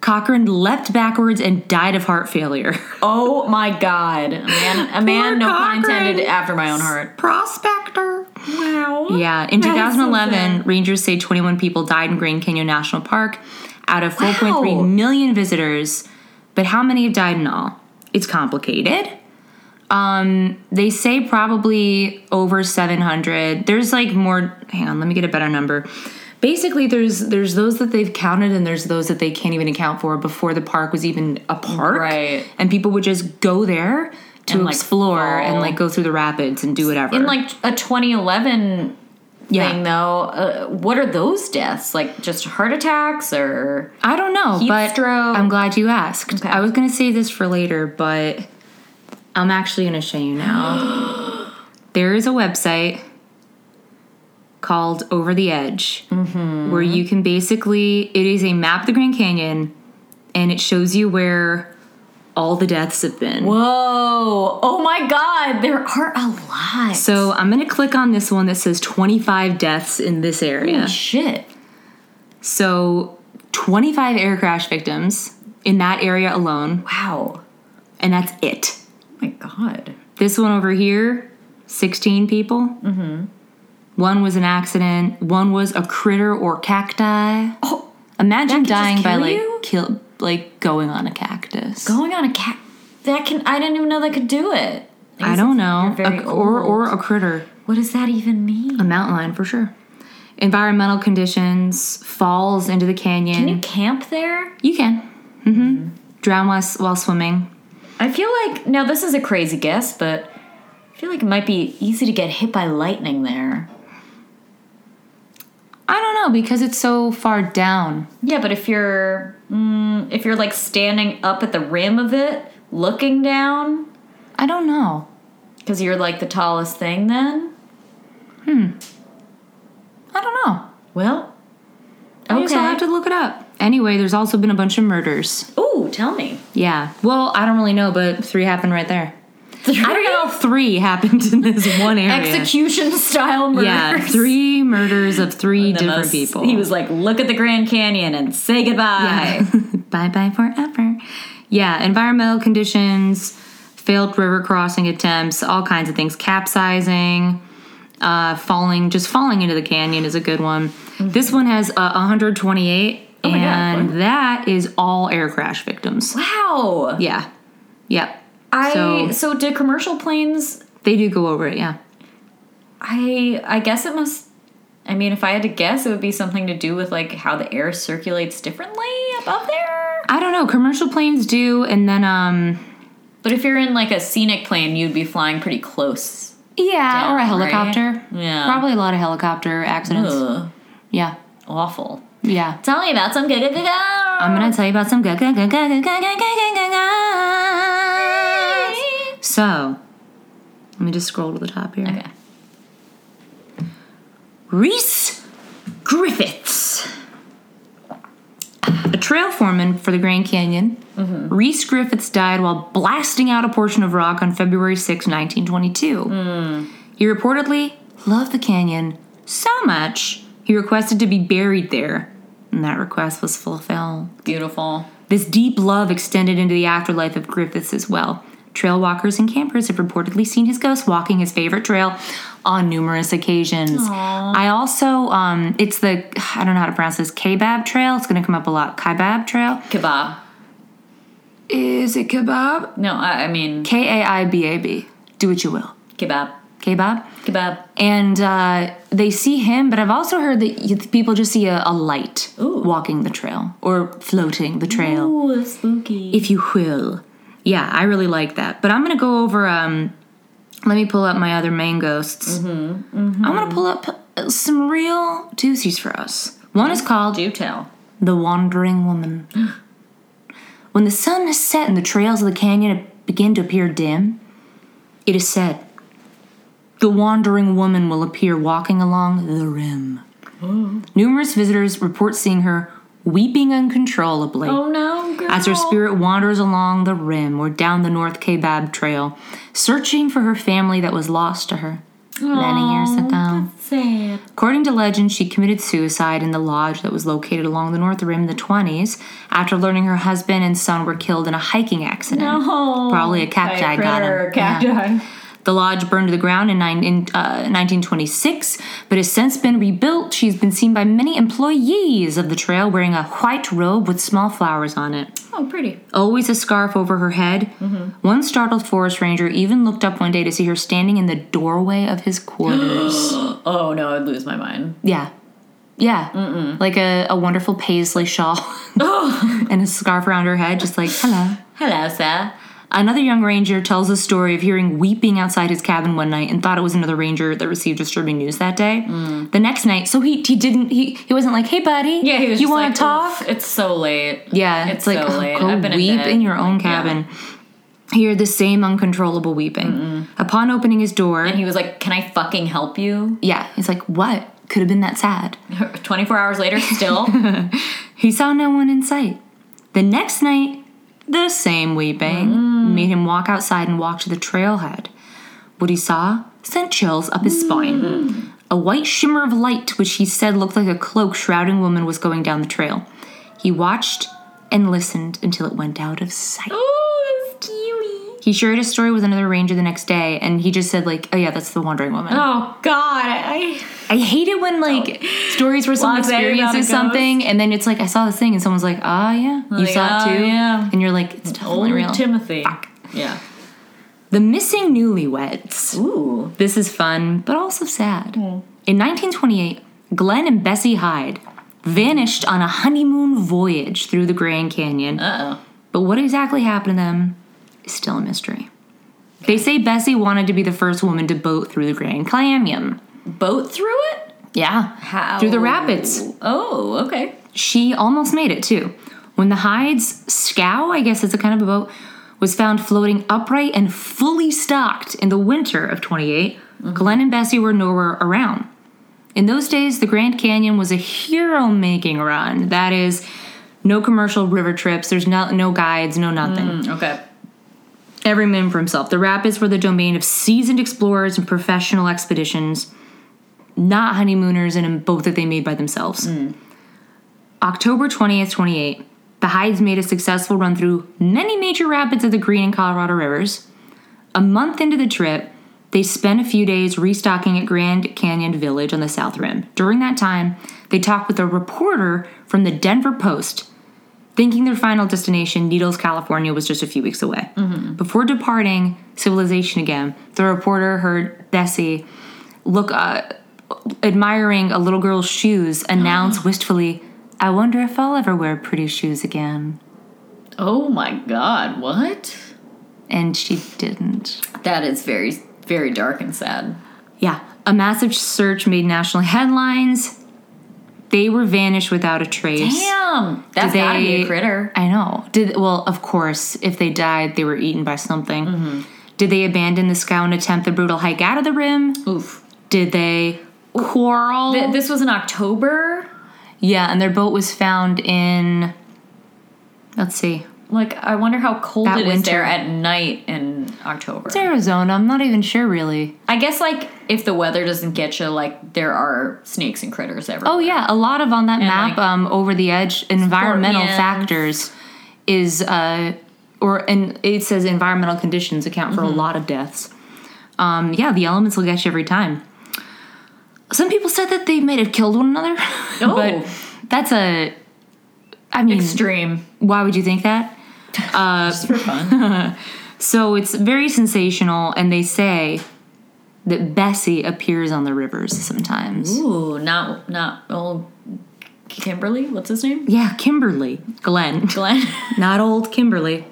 S2: Cochrane leapt backwards and died of heart failure.
S1: Oh my god. A man, a man no pun
S2: Cochran.
S1: intended, after my own heart.
S2: Prospector.
S1: Wow.
S2: Yeah, in
S1: That is so
S2: 2011,
S1: sad.
S2: rangers say 21 people died in Grand Canyon National Park out of 4.3
S1: Wow.
S2: million visitors. But how many have died in all? It's complicated. Um, they say probably over 700. There's like more. Hang on, let me get a better number. Basically, there's there's those that they've counted, and there's those that they can't even account for before the park was even a park.
S1: Right.
S2: And people would just go there to
S1: And, like,
S2: explore and
S1: fall.
S2: like go through the rapids and do whatever.
S1: In like a 2011
S2: Yeah.
S1: thing, though, uh, what are those deaths? Like just heart attacks or.
S2: I don't know,
S1: Heat
S2: but um,
S1: stroke.
S2: I'm glad you asked.
S1: Oh. Okay.
S2: I was gonna save this for later, but I'm actually gonna show you now. there is a website called Over the Edge
S1: Mm-hmm.
S2: where you can basically it is a map of the Grand Canyon and it shows you where all the deaths have been.
S1: Whoa. Oh my god. There are a lot.
S2: So I'm gonna click on this one that says 25 deaths in this area.
S1: Holy shit.
S2: So 25 air crash victims in that area alone,
S1: Wow.
S2: and that's it.
S1: Oh my god.
S2: This one over here, 16 people. Mm-hmm. One was an accident. One was a critter or cacti.
S1: Oh,
S2: Imagine
S1: That
S2: dying
S1: could just
S2: by
S1: kill
S2: like
S1: you?
S2: kill, like going on a cactus.
S1: going on a cat. That can. I didn't even know that could do it.
S2: I don't know.
S1: You're very
S2: A- or
S1: old.
S2: or a critter,
S1: What does that even mean?
S2: a mountain lion for sure. Environmental conditions, falls into the canyon.
S1: Can you camp there?
S2: You can. Mm-hmm. Drown while, s- while swimming.
S1: I feel like now this is a crazy guess, but I feel like it might be easy to get hit by lightning there.
S2: I don't know because it's so far down.
S1: Yeah, but if you're mm, if you're like standing up at the rim of it, looking down,
S2: I don't know.
S1: because you're like the tallest thing, then
S2: I don't know.
S1: well,
S2: I guess I'll have to look it up. Anyway, there's also been a bunch of murders.
S1: Ooh, tell me.
S2: Yeah. Well, I don't really know, but three happened right there. I don't know.
S1: Three
S2: if Three happened in this one area.
S1: execution style murders.
S2: Yeah, three murders of three
S1: The
S2: different
S1: most-
S2: people.
S1: He was like, "Look at the Grand Canyon and say goodbye."
S2: bye bye forever. Yeah, environmental conditions, failed river crossing attempts, all kinds of things, capsizing, uh, falling, just falling into the canyon is a good one. This one has uh, 128,
S1: Mm-hmm. Oh my God,
S2: and
S1: what?
S2: that is all air crash victims.
S1: Wow.
S2: Yeah, yep.
S1: I
S2: So-
S1: so did commercial planes
S2: They do go over it, yeah.
S1: I I guess it must. I mean, if I had to guess, it would be something to do with like how the air circulates differently above there.
S2: I don't know. Commercial planes do, and then um,
S1: But if you're in like a scenic plane, you'd be flying pretty close.
S2: yeah, or a
S1: Down, right? Uh-huh.
S2: helicopter.
S1: Yeah.
S2: probably a lot of helicopter accidents.
S1: Ugh,
S2: Yeah,
S1: awful.
S2: yeah.
S1: Tell me about some good. good, good, good.
S2: I'm gonna tell you about some good, good, good, good, good, good, good, good, good, good. So, let me just scroll to the top here.
S1: Okay.
S2: Reese Griffiths. A trail foreman for the Grand Canyon, Reese Griffiths died while blasting out a portion of rock on February 6, 1922. He reportedly loved the canyon so much, he requested to be buried there, and that request was fulfilled.
S1: Beautiful.
S2: This deep love extended into the afterlife of Griffiths as well. Trail walkers and campers have reportedly seen his ghost walking his favorite trail on numerous occasions. I also, um, it's the, I don't know how to pronounce this, Kebab Trail. It's going to come up a lot. Kebab Trail.
S1: Kebab.
S2: Is it kebab?
S1: No, I, I mean
S2: K A I B A B. Do what you will.
S1: kebab.
S2: Kebab.
S1: Kebab.
S2: And uh, they see him, but I've also heard that you, people just see a, a light
S1: Ooh.
S2: walking the trail or floating the trail.
S1: Ooh, that's spooky.
S2: if you will. Yeah, I really like that. But I'm gonna go over. Um, let me pull up my other main ghosts. I'm gonna pull up uh, some real doozies for us. One is called
S1: Do tell.
S2: "The Wandering Woman." when the sun has set and the trails of the canyon begin to appear dim, it is said the wandering woman will appear walking along the rim. Numerous visitors report seeing her weeping uncontrollably
S1: Oh no, girl.
S2: as her spirit wanders along the rim or down the North Kebab Trail, searching for her family that was lost to her many years ago.
S1: Sad.
S2: According to legend, she committed suicide in the lodge that was located along the North Rim in the 20s after learning her husband and son were killed in a hiking accident.
S1: No.
S2: Probably a cacti
S1: By
S2: got
S1: critter
S2: him.
S1: or Cacti.
S2: The lodge burned to the ground in, nine, in uh, 1926, but has since been rebuilt. She's been seen by many employees of the trail wearing a white robe with small flowers on it.
S1: Oh, pretty.
S2: always a scarf over her head.
S1: Mm-hmm.
S2: One startled forest ranger even looked up one day to see her standing in the doorway of his quarters.
S1: Oh no, I'd lose my mind.
S2: yeah. Yeah. Like a, a wonderful paisley shawl
S1: Oh.
S2: and a scarf around her head, just like, hello.
S1: Hello, sir.
S2: Another young ranger tells the story of hearing weeping outside his cabin one night and thought it was another ranger that received disturbing news that day. The next night, so he he didn't he he wasn't like, "Hey buddy,
S1: Mm. Yeah, he was.
S2: you
S1: just
S2: want
S1: like,
S2: to talk?"
S1: "Oof, It's so late.
S2: Yeah,
S1: It's
S2: it's, like
S1: so
S2: oh,
S1: late.
S2: go
S1: I've been in
S2: weep
S1: bed.
S2: in, your own
S1: Like, yeah.
S2: cabin. Hear the same uncontrollable weeping. Upon opening his door,
S1: And he was like, "Can I fucking help you?"
S2: yeah, he's like, "What could have been that sad?"
S1: Twenty four hours later, still.
S2: He saw no one in sight. The next night, the same weeping
S1: Mm.
S2: made him walk outside and walk to the trailhead. What he saw sent chills up his spine.
S1: Mm.
S2: A white shimmer of light, which he said looked like a cloak shrouding a woman, was going down the trail. He watched and listened until it went out of sight.
S1: oh, scary.
S2: He shared his story with another ranger the next day, and he just said like, "Oh yeah, that's the Wandering Woman."
S1: Oh God, I.
S2: I hate it when like stories where someone
S1: Lots of everybody
S2: experiences
S1: goes.
S2: something, and then it's like, "I saw this thing," and someone's like, "Ah yeah, you
S1: Like,
S2: saw
S1: "Oh,
S2: it too,"
S1: yeah.
S2: and you're like, "It's definitely
S1: Old
S2: real."
S1: Timothy. Yeah.
S2: the missing newlyweds.
S1: Ooh.
S2: This is fun, but also sad. In 1928, Glenn and Bessie Hyde vanished on a honeymoon voyage through the Grand Canyon.
S1: Uh oh.
S2: But what exactly happened to them is still a mystery. They say Bessie wanted to be the first woman to boat through the Grand Canyon.
S1: Boat through it?
S2: Yeah.
S1: How?
S2: Through the rapids.
S1: Oh, okay.
S2: She almost made it too. When the Hyde's scow, I guess it's a kind of a boat, was found floating upright and fully stocked in the winter of 28, Glenn and Bessie were nowhere around. In those days, the Grand Canyon was a hero making run. That is, no commercial river trips, there's no, no guides, no nothing.
S1: Hmm, Okay.
S2: Every man for himself. The rapids were the domain of seasoned explorers and professional expeditions, not honeymooners, and in both that they made by themselves. October 20th, 28, the Hydes made a successful run through many major rapids of the Green and Colorado Rivers. A month into the trip, they spent a few days restocking at Grand Canyon Village on the South Rim. During that time, they talked with a reporter from the Denver Post, thinking their final destination, Needles, California, was just a few weeks away. Before departing civilization again, the reporter heard Bessie look uh, admiring a little girl's shoes announce wistfully, "I wonder if I'll ever wear pretty shoes again."
S1: Oh my god, what?
S2: And she didn't.
S1: That is very, very dark and sad.
S2: Yeah, a massive search made national headlines. They were vanished without a trace.
S1: Damn! That's
S2: Did
S1: gotta be
S2: they-
S1: a critter.
S2: I know. Did well, of course, if they died, they were eaten by something. Did they abandon the scow and attempt the brutal hike out of the rim?
S1: Oof.
S2: Did they quarrel?
S1: Th- this was in October.
S2: yeah, and their boat was found in. Let's see,
S1: Like, I wonder how cold
S2: That
S1: it is
S2: winter.
S1: there at night in October.
S2: it's Arizona. I'm not even sure, really.
S1: I guess, like, if the weather doesn't get you, like, there are snakes and critters everywhere.
S2: Oh yeah, a lot of on that map,
S1: like,
S2: um, over the edge environmental
S1: scorpions.
S2: factors is uh, or and it says environmental conditions account for a
S1: Mm-hmm.
S2: lot of deaths. Um, yeah, the elements will get you every time. Some people said that they might have killed one another,
S1: Oh.
S2: but that's a. I mean,
S1: Extreme.
S2: why would you think that?
S1: Just for fun.
S2: So it's very sensational, and they say that Bessie appears on the rivers sometimes.
S1: Ooh, not, not old Kimberly? What's his name?
S2: Yeah, Kimberly Glenn,
S1: Glenn.
S2: not old Kimberly.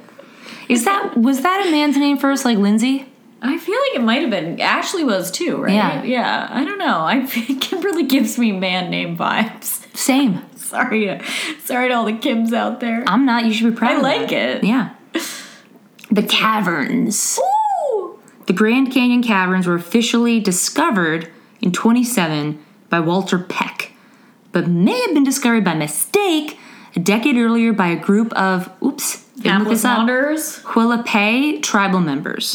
S2: Is that was that a man's name first, like Lindsay?
S1: I feel like it might have been. Ashley was too, right?
S2: Yeah.
S1: Yeah. I don't know. I feel- Kimberly gives me man name vibes.
S2: Same.
S1: Sorry, uh, sorry to all the Kims out there.
S2: I'm not. You should be proud.
S1: I
S2: of
S1: like
S2: that.
S1: it.
S2: Yeah. The caverns.
S1: Ooh.
S2: The Grand Canyon caverns were officially discovered in 27 by Walter Peck, but may have been discovered by mistake a decade earlier by a group of oops, didn't look
S1: Atlas
S2: this up.
S1: Wanderers.
S2: Huilapay tribal members.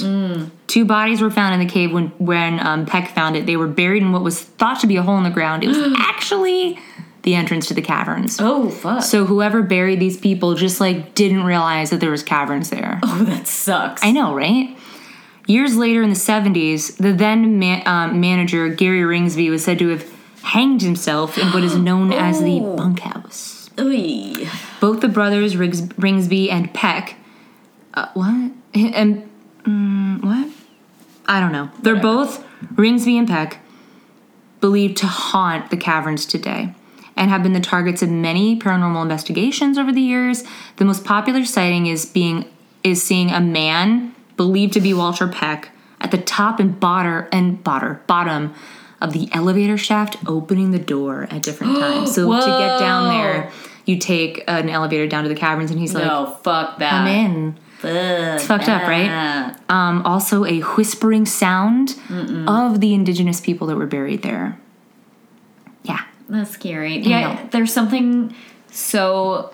S2: Two bodies were found in the cave when, when um, Peck found it. They were buried in what was thought to be a hole in the ground. It was actually the entrance to the caverns.
S1: Oh fuck.
S2: So whoever buried these people just like didn't realize that there was caverns there.
S1: oh, that sucks.
S2: I know, right? Years later in the 70s, the then ma- um, manager Gary Ringsby was said to have hanged himself in what is known as the
S1: Oh.
S2: bunkhouse.
S1: Ooh.
S2: Both the brothers Riggs, Ringsby and Peck. Uh, what? And mm, what? I don't know. They're both Ringsby and Peck, believed to haunt the caverns today, and have been the targets of many paranormal investigations over the years. The most popular sighting is being is seeing a man believed to be Walter Peck at the top and bottom and bottom bottom of the elevator shaft, opening the door at different times. So to get down there, you take an elevator down to the caverns and he's like
S1: no, fuck that.
S2: i'm in
S1: It's
S2: fucked up, right? um, also a whispering sound of the indigenous people that were buried there yeah
S1: That's scary. Yeah, there's something so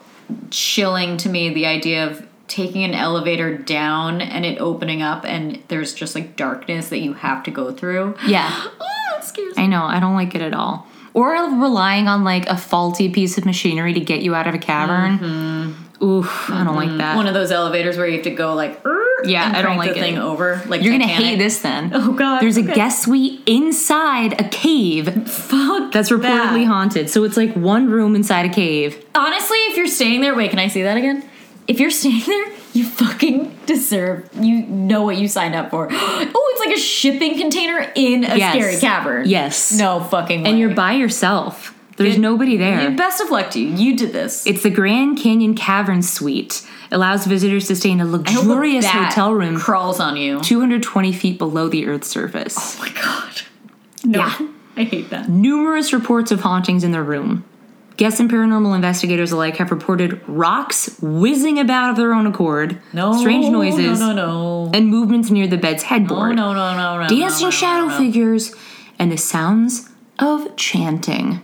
S1: chilling to me the idea of taking an elevator down and it opening up and there's just like darkness that you have to go through.
S2: yeah
S1: Ah, it scares me.
S2: i know i don't like it at all or relying on like a faulty piece of machinery to get you out of a cavern
S1: Mm-hmm.
S2: oof i don't like that
S1: One of those elevators where you have to go like, "Er,"
S2: Yeah,
S1: and
S2: I don't
S1: crank
S2: like
S1: the
S2: it.
S1: thing over. Like
S2: you're gonna
S1: Titanic.
S2: hate this then
S1: Oh god,
S2: there's a
S1: okay.
S2: guest suite inside a cave
S1: Fuck.
S2: that's reportedly haunted so it's like one room inside a cave
S1: honestly, if you're staying there, wait, can I see that again? If you're staying there, you fucking deserve. You know what you signed up for. oh, it's like a shipping container in a
S2: Yes.
S1: scary cavern.
S2: Yes.
S1: No fucking.
S2: and
S1: way.
S2: you're by yourself there's
S1: Good-
S2: nobody there
S1: And Best of luck to you. You did this.
S2: It's the Grand Canyon Cavern Suite. Allows visitors to stay in a
S1: I hope a
S2: luxurious
S1: bat
S2: hotel room
S1: crawls on you.
S2: 220 feet below the Earth's surface.
S1: Oh my god. No.
S2: Yeah.
S1: I hate that.
S2: Numerous reports of hauntings in the room. Guests and paranormal investigators alike have reported rocks whizzing about of their own accord,
S1: No.
S2: strange noises,
S1: No, no, no.
S2: and movements near the bed's
S1: No,
S2: headboard,
S1: no, no, no, no.
S2: dancing
S1: no, no,
S2: shadow
S1: no, no.
S2: figures, and the sounds of chanting.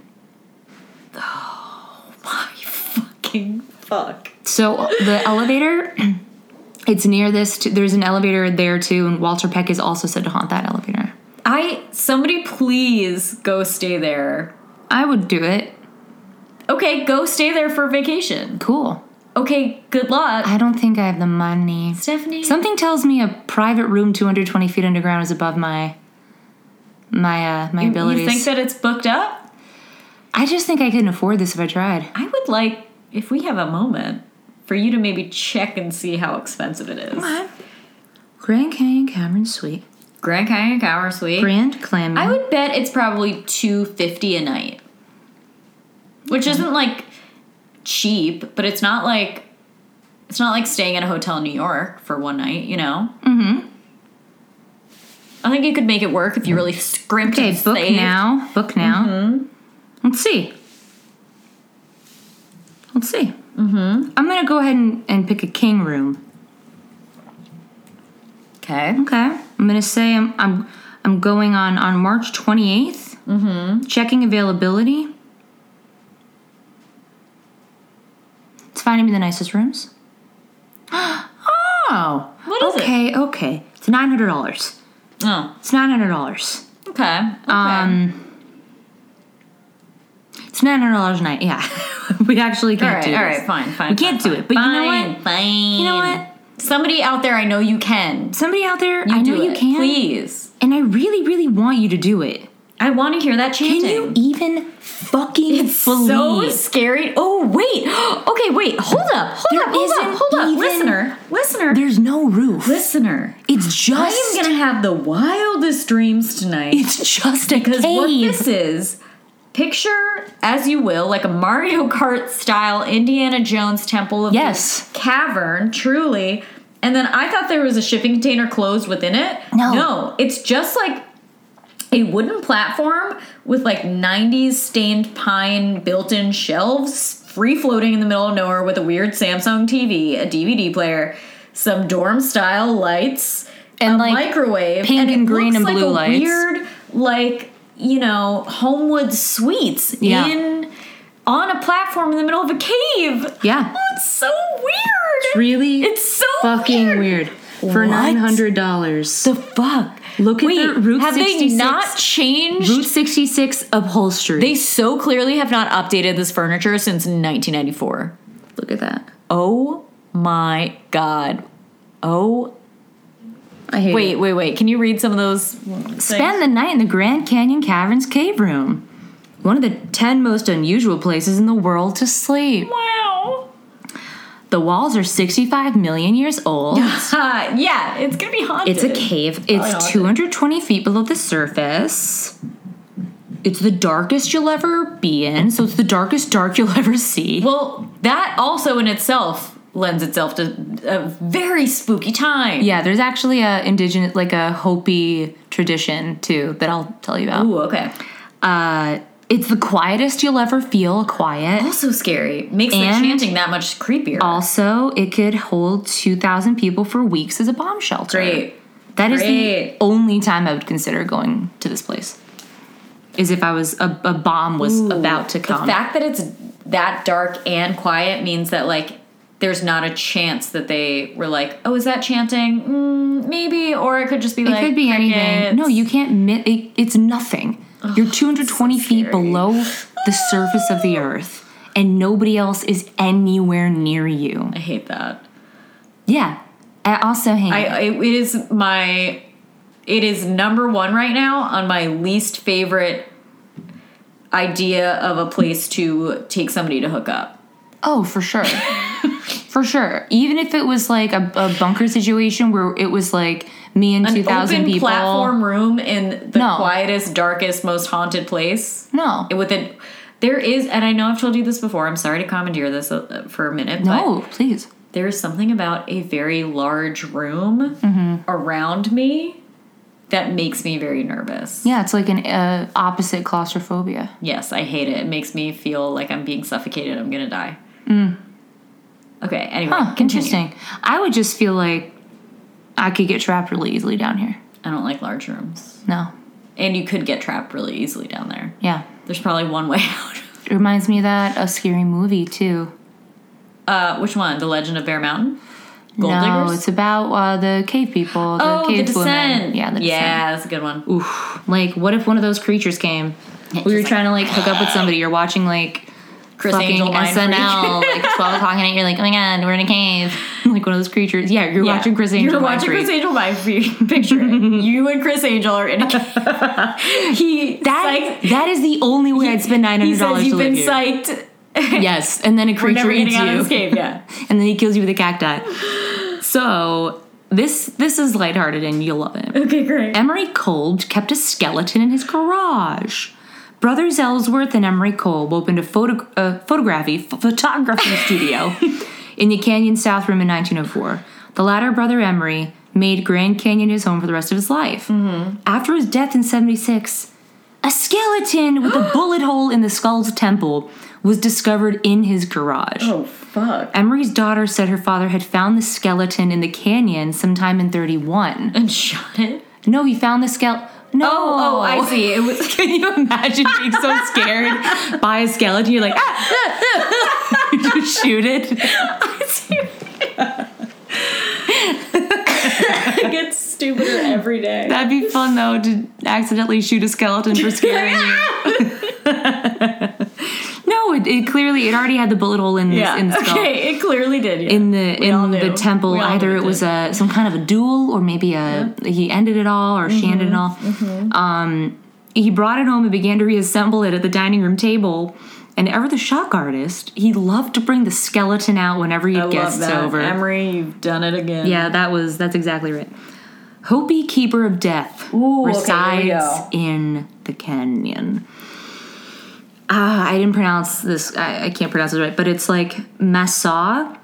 S1: My fucking fuck.
S2: So the elevator, it's near this. T- there's an elevator there too, and Walter Peck is also said to haunt that elevator.
S1: I somebody please go stay there.
S2: I would do it.
S1: Okay, go stay there for vacation.
S2: Cool.
S1: Okay, good luck.
S2: I don't think I have the money.
S1: Stephanie.
S2: Something tells me a private room 220 feet underground is above my my uh, my abilities.
S1: you think that it's booked up?
S2: I just think I couldn't afford this if I tried.
S1: I would like if we have a moment for you to maybe check and see how expensive it is.
S2: Grand Canyon Cameron Suite.
S1: Grand Canyon Cower Suite.
S2: Grand Clam.
S1: I would bet it's probably two fifty a night, which isn't like cheap, but it's not like it's not like staying at a hotel in New York for one night. You know. Mm-hmm. I think you could make it work if you really scrimped.
S2: Okay,
S1: and
S2: book
S1: saved.
S2: now. Book now.
S1: Mm-hmm.
S2: Let's see. Let's see. Mm-hmm. I'm gonna go ahead and, and pick a king room.
S1: Okay.
S2: Okay. I'm gonna say I'm I'm I'm going on on March 28th. Mm-hmm. Checking availability. It's finding me the nicest rooms. oh.
S1: What is it?
S2: okay, it? Okay. It's nine hundred dollars.
S1: Oh.
S2: It's nine hundred dollars.
S1: Okay. okay.
S2: Um, it's nine hundred dollars a night. Yeah, we actually
S1: all
S2: can't
S1: right.
S2: do
S1: All
S2: this.
S1: right. Fine. Fine.
S2: We can't do it. But you know what?
S1: Fine.
S2: You know what?
S1: Somebody out there, I know you can.
S2: Somebody out there, I know
S1: do
S2: you
S1: it.
S2: can,
S1: Please.
S2: and I really, really want you to do it.
S1: I want to hear that chanting.
S2: Can you even fucking
S1: so
S2: believe?
S1: scary. Oh wait. okay, wait. Hold up. Hold
S2: There
S1: up. Hold
S2: isn't
S1: up. Hold up.
S2: even-
S1: Listener. Listener.
S2: There's no roof.
S1: listener.
S2: It's
S1: I
S2: just.
S1: am gonna have the wildest dreams tonight.
S2: it's just a
S1: Because what
S2: cave.
S1: this is, picture as you will, like a Mario Kart style Indiana Jones Temple of
S2: Yes.
S1: the Cavern, truly. And then I thought there was a shipping container closed within it.
S2: No.
S1: No, it's just like a wooden platform with like 90s stained pine built in shelves, free floating in the middle of nowhere with a weird Samsung TV, a DVD player, some dorm style lights,
S2: And,
S1: a
S2: like,
S1: microwave,
S2: pink
S1: it
S2: and green
S1: looks
S2: and blue
S1: like a
S2: lights.
S1: Weird, like you know, Homewood Suites
S2: Yeah.
S1: in on a platform in the middle of a cave.
S2: yeah.
S1: Oh, It's so weird.
S2: Really.
S1: It's so
S2: fucking weird.
S1: weird.
S2: For
S1: What?
S2: nine hundred dollars.
S1: The fuck.
S2: Look at
S1: Wait,
S2: their Route
S1: have
S2: 66
S1: they not changed?
S2: Route 66 upholstery.
S1: They so clearly have not updated this furniture since 1994.
S2: Look at that.
S1: Oh my god. Oh
S2: I hate
S1: wait, wait, wait. Can you read some of those?
S2: Spend the night in the Grand Canyon Caverns Cave Room, one of the 10 most unusual places in the world to sleep.
S1: Wow.
S2: The walls are 65 million years old.
S1: Uh, yeah, it's gonna be haunted.
S2: It's a cave,
S1: I
S2: it's
S1: did.
S2: 220 feet below the surface. It's the darkest you'll ever be in, so it's the darkest dark you'll ever see.
S1: Well, that also in itself lends itself to a very spooky time.
S2: yeah, there's actually a indigenous, like a Hopi tradition too, that I'll tell you about.
S1: Ooh, okay.
S2: Uh, it's the quietest you'll ever feel quiet.
S1: Also scary. Makes
S2: And-
S1: the chanting that much creepier.
S2: Also, it could hold 2,000 people for weeks as a bomb shelter.
S1: Great.
S2: That is
S1: Great.
S2: the only time I would consider going to this place. Is if I was a, a bomb was about to
S1: The
S2: come.
S1: fact that it's that dark and quiet means that like there's not a chance that they were like, oh, is that chanting? Mm, maybe, or it could just be
S2: it
S1: like
S2: could be anything.
S1: crickets.
S2: No, you can't. Mi- it, it's nothing. You're 220 feet
S1: scary.
S2: below the surface of the earth, and nobody else is anywhere near you.
S1: I hate that.
S2: Yeah. I also hate.
S1: I, I it is my it is number one right now on my least favorite idea of a place to take somebody to hook up.
S2: Oh, for sure. for sure. Even if it was like a, a bunker situation where it was like me and
S1: An
S2: 2,000
S1: open
S2: people.
S1: platform room in the
S2: No.
S1: quietest, darkest, most haunted place.
S2: No.
S1: With it, there is, and I know I've told you this before. I'm sorry to commandeer this uh, for a minute.
S2: No, please.
S1: but there is something about a very large room
S2: Mm-hmm.
S1: around me that makes me very nervous.
S2: Yeah, it's like an uh, opposite claustrophobia.
S1: Yes, I hate it. It makes me feel like I'm being suffocated. I'm gonna die. Okay. Anyway,
S2: Mm. Huh,
S1: continue.
S2: interesting. I would just feel like I could get trapped really easily down here.
S1: I don't like large rooms,
S2: No.
S1: and you could get trapped really easily down there.
S2: Yeah.
S1: There's probably one way out.
S2: It reminds me of that a scary movie too.
S1: Uh, which one? The Legend of Bear Mountain? Gold
S2: no,
S1: Diggers?
S2: it's about uh, the cave people, the
S1: oh, The
S2: cave women.
S1: Descent.
S2: Yeah, the
S1: yeah, that's a good one.
S2: descent. Oof. Like, what if one of those creatures came?
S1: Yeah,
S2: we were
S1: just
S2: trying to like hook up with somebody. You're watching like
S1: Chris
S2: fucking
S1: Angel, Mind Freak.
S2: SNL, like 12 o'clock at night, you're like, oh my god, we're in a cave. Like one of those creatures. Yeah, you're
S1: Yeah.
S2: watching Chris Angel.
S1: You're
S2: Mind
S1: watching
S2: Freak.
S1: Chris Angel Mind Freak. Picture it. you and Chris Angel are in a cave. he
S2: That,
S1: psych-
S2: that is the only way I'd spend $900
S1: he says
S2: to
S1: you've
S2: live
S1: been
S2: here.
S1: psyched.
S2: Yes, and then a
S1: We're
S2: creature
S1: never
S2: eats
S1: getting out of this
S2: you,
S1: cave. Yeah.
S2: and then he kills you with a cacti. So This this is lighthearted and you'll love it.
S1: Okay, great.
S2: Emery Kolb kept a skeleton in his garage. Brothers Ellsworth and Emery Kolb opened a photo, uh, photography photography studio in the Canyon South Room in 1904. The latter brother Emery made Grand Canyon his home for the rest of his life. After his death in 76, a skeleton with a bullet hole in the skull's temple was discovered in his garage.
S1: Oh fuck.
S2: Emery's daughter said her father had found the skeleton in the canyon sometime in 31.
S1: And shot it.
S2: No, he found the skeleton. No.
S1: Oh, oh, I see. It was
S2: Can you imagine being so scared by a skeleton? You're like, ah, ah, ah." you just shoot it.
S1: it gets stupider every day.
S2: That'd be fun though to accidentally shoot a skeleton for scaring you. No, it, it clearly it already had the bullet hole in the,
S1: yeah.
S2: in the skull.
S1: okay, it clearly did. Yeah.
S2: in the
S1: all
S2: in
S1: knew.
S2: the temple.
S1: We all
S2: Either
S1: knew
S2: it was a some kind of a duel, or maybe a he ended it all, or she
S1: Mm-hmm.
S2: ended it all. Um, he brought it home and began to reassemble it at the dining room table. And ever the shock artist, he loved to bring the skeleton out whenever he
S1: I
S2: had
S1: love
S2: guests
S1: that.
S2: over.
S1: Emery, you've done it again.
S2: yeah, that was that's exactly right. Hopi Keeper of Death
S1: Ooh, okay, there we
S2: resides
S1: go.
S2: in the canyon. Ah, I didn't pronounce this. I, I can't pronounce it right, but it's like Massa,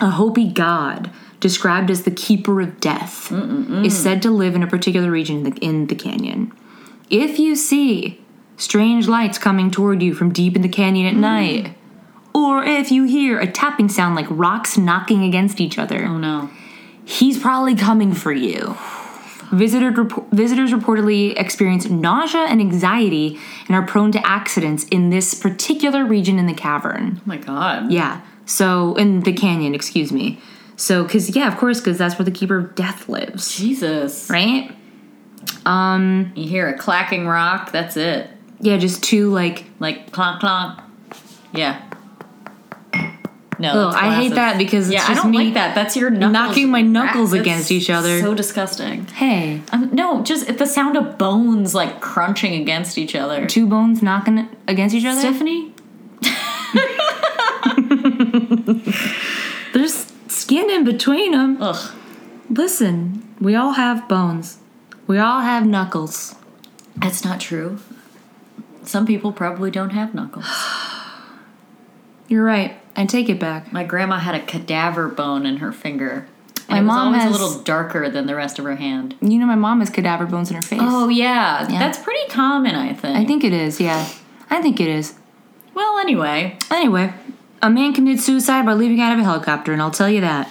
S2: a Hopi god described as the keeper of death, is said to live in a particular region in the, in the canyon. If you see strange lights coming toward you from deep in the canyon
S1: Mm.
S2: at night, or if you hear a tapping sound like rocks knocking against each other,
S1: Oh no.
S2: he's probably coming for you. Visitor, rep- visitors reportedly experience nausea and anxiety and are prone to accidents in this particular region in the cavern.
S1: Oh my god.
S2: Yeah. So, in the canyon, excuse me. So, because, yeah, of course, because that's where the Keeper of Death lives,
S1: Jesus.
S2: right? Um,
S1: You hear a clacking rock, that's it.
S2: yeah, just two, like,
S1: Like clonk clonk. Yeah. No.
S2: oh,
S1: that's
S2: I hate
S1: glasses.
S2: that because it's
S1: Yeah, I
S2: just
S1: don't
S2: me.
S1: like that. That's your knuckles.
S2: knocking my knuckles
S1: That's
S2: against each other.
S1: So disgusting.
S2: Hey,
S1: Um, no, just the sound of bones like crunching against each other.
S2: two bones knocking against each other?
S1: Stephanie,
S2: There's skin in between them.
S1: ugh,
S2: Listen, we all have bones. We all have knuckles.
S1: that's not true. Some people probably don't have knuckles.
S2: You're right. I take it back.
S1: My grandma had a cadaver bone in her finger. And
S2: My
S1: it was
S2: mom
S1: always
S2: has-
S1: a little darker than the rest of her hand.
S2: You know, my mom has cadaver bones in her face.
S1: Oh yeah, that's pretty common, I think.
S2: I think it is, yeah. I think it is.
S1: Well, anyway,
S2: Anyway, a man committed suicide by leaping out of a helicopter, and I'll tell you that.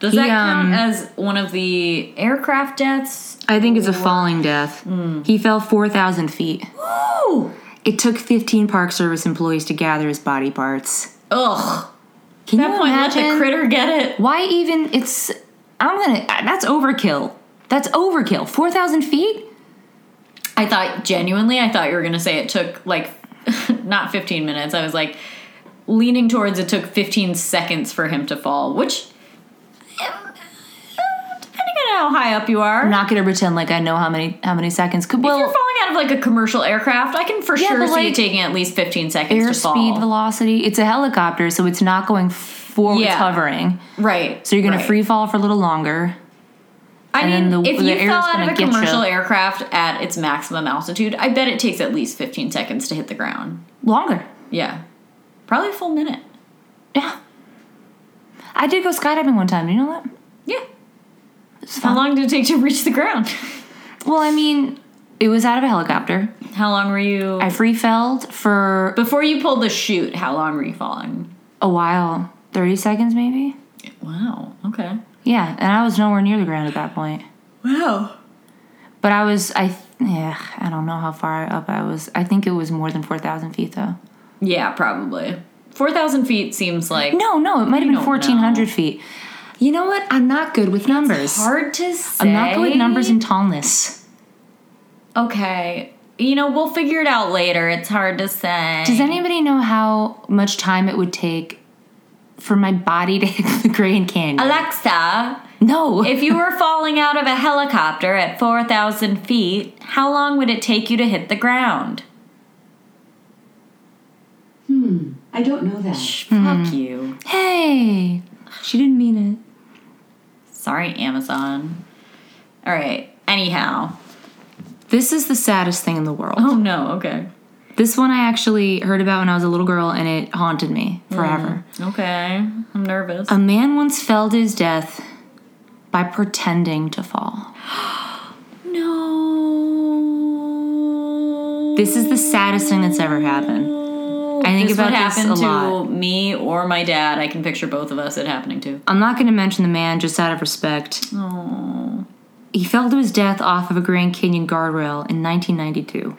S1: does
S2: He,
S1: that count
S2: um,
S1: as one of the aircraft deaths?
S2: I think it's a falling death. He fell 4,000 feet.
S1: Ooh,
S2: It took 15 Park Service employees to gather his body parts.
S1: ugh.
S2: Can
S1: At that
S2: you
S1: point,
S2: imagine?
S1: let the critter get it.
S2: Why even? It's. I'm gonna. That's overkill. That's overkill. 4,000 feet?
S1: I thought genuinely, I thought you were gonna say it took like not 15 minutes. I was like leaning towards it took 15 seconds for him to fall, which um, depending on how high up you are.
S2: I'm not gonna pretend like I know how many how many seconds. Could
S1: if you're
S2: well
S1: falling out of like a commercial aircraft, I can for
S2: Yeah,
S1: sure
S2: but,
S1: see you
S2: like,
S1: taking at least 15 seconds to fall.
S2: airspeed velocity. It's a helicopter, so it's not going forward. It's
S1: Yeah.
S2: hovering,
S1: right.
S2: so you're gonna
S1: right.
S2: free fall for a little longer.
S1: I
S2: and
S1: mean,
S2: then the-
S1: if
S2: the
S1: you
S2: air's
S1: fell out
S2: gonna
S1: of a
S2: get ya.
S1: commercial aircraft at its maximum altitude, I bet it takes at least 15 seconds to hit the ground.
S2: Longer,
S1: Yeah. Probably a full minute.
S2: yeah. I did go skydiving one time. You know that?
S1: Yeah.
S2: It's
S1: How
S2: fun.
S1: long did it take to reach the ground?
S2: Well, I mean, it was out of a helicopter.
S1: How long were you
S2: I free felled for
S1: before you pulled the chute? How long were you falling?
S2: a while, thirty seconds maybe.
S1: Wow. Okay.
S2: Yeah, and I was nowhere near the ground at that point.
S1: Wow.
S2: But I was I th- yeah I don't know how far up I was. I think it was more than four thousand feet though.
S1: Yeah, probably. Four thousand feet seems like
S2: No, no, it might have
S1: I
S2: been
S1: don't
S2: 1,400 feet. You know what? I'm not good with numbers.
S1: hard to say.
S2: I'm not good with numbers and tallness.
S1: okay. You know, we'll figure it out later. It's hard to say.
S2: Does anybody know how much time it would take for my body to hit the Grand Canyon?
S1: Alexa,
S2: no.
S1: if you were falling out of a helicopter at four thousand feet, how long would it take you to hit the ground?
S3: I
S2: Hmm.
S3: don't know that.
S1: Shh, Fuck you.
S2: hey, she didn't mean it.
S1: Sorry, Amazon. All right. Anyhow.
S2: This is the saddest thing in the world.
S1: Oh no. Okay.
S2: This one I actually heard about when I was a little girl and it haunted me forever.
S1: Okay. I'm nervous.
S2: A man once fell to his death by pretending to fall.
S1: no.
S2: This is the saddest thing that's ever happened. I think
S1: this
S2: about
S1: would
S2: this
S1: happen
S2: a lot.
S1: to me or my dad. I can picture both of us it happening to.
S2: I'm not going to mention the man just out of respect.
S1: Oh.
S2: He fell to his death off of a Grand Canyon guardrail in 1992.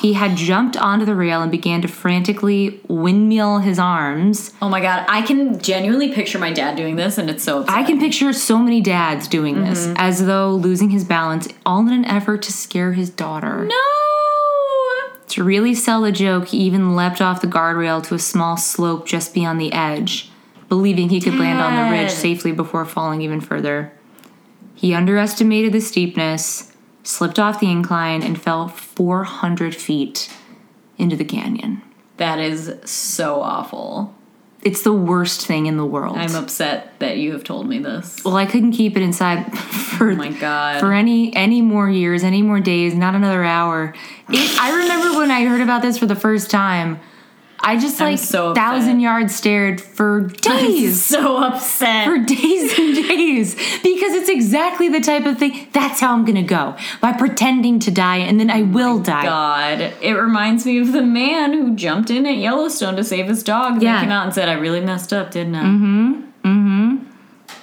S2: He had jumped onto the rail and began to frantically windmill his arms.
S1: Oh my god, I can genuinely picture my dad doing this and it's so upsetting.
S2: I can picture so many dads doing this, as though losing his balance, all in an effort to scare his daughter.
S1: No!
S2: To really sell the joke, he even leapt off the guardrail to a small slope just beyond the edge, believing he could land on the ridge
S1: Dad.
S2: safely before falling even further. He underestimated the steepness, slipped off the incline, and fell 400 feet into the canyon.
S1: That is so awful.
S2: It's the worst thing in the world.
S1: I'm upset that you have told me this. Oh
S2: well, I couldn't keep it inside for
S1: my god.
S2: for any any more years, any more days, not another hour. It, I remember when I heard about this for the first time. I just
S1: I'm
S2: like
S1: so upset.
S2: thousand yards stared for days,
S1: so upset.
S2: for days and days, because it's exactly the type of thing. That's how I'm gonna go by pretending to die, and then I will die.
S1: Oh God, it reminds me of the man who jumped in at Yellowstone to save his dog. and
S2: Yeah. Mm-hmm.
S1: They came out and said, I really messed up, didn't I?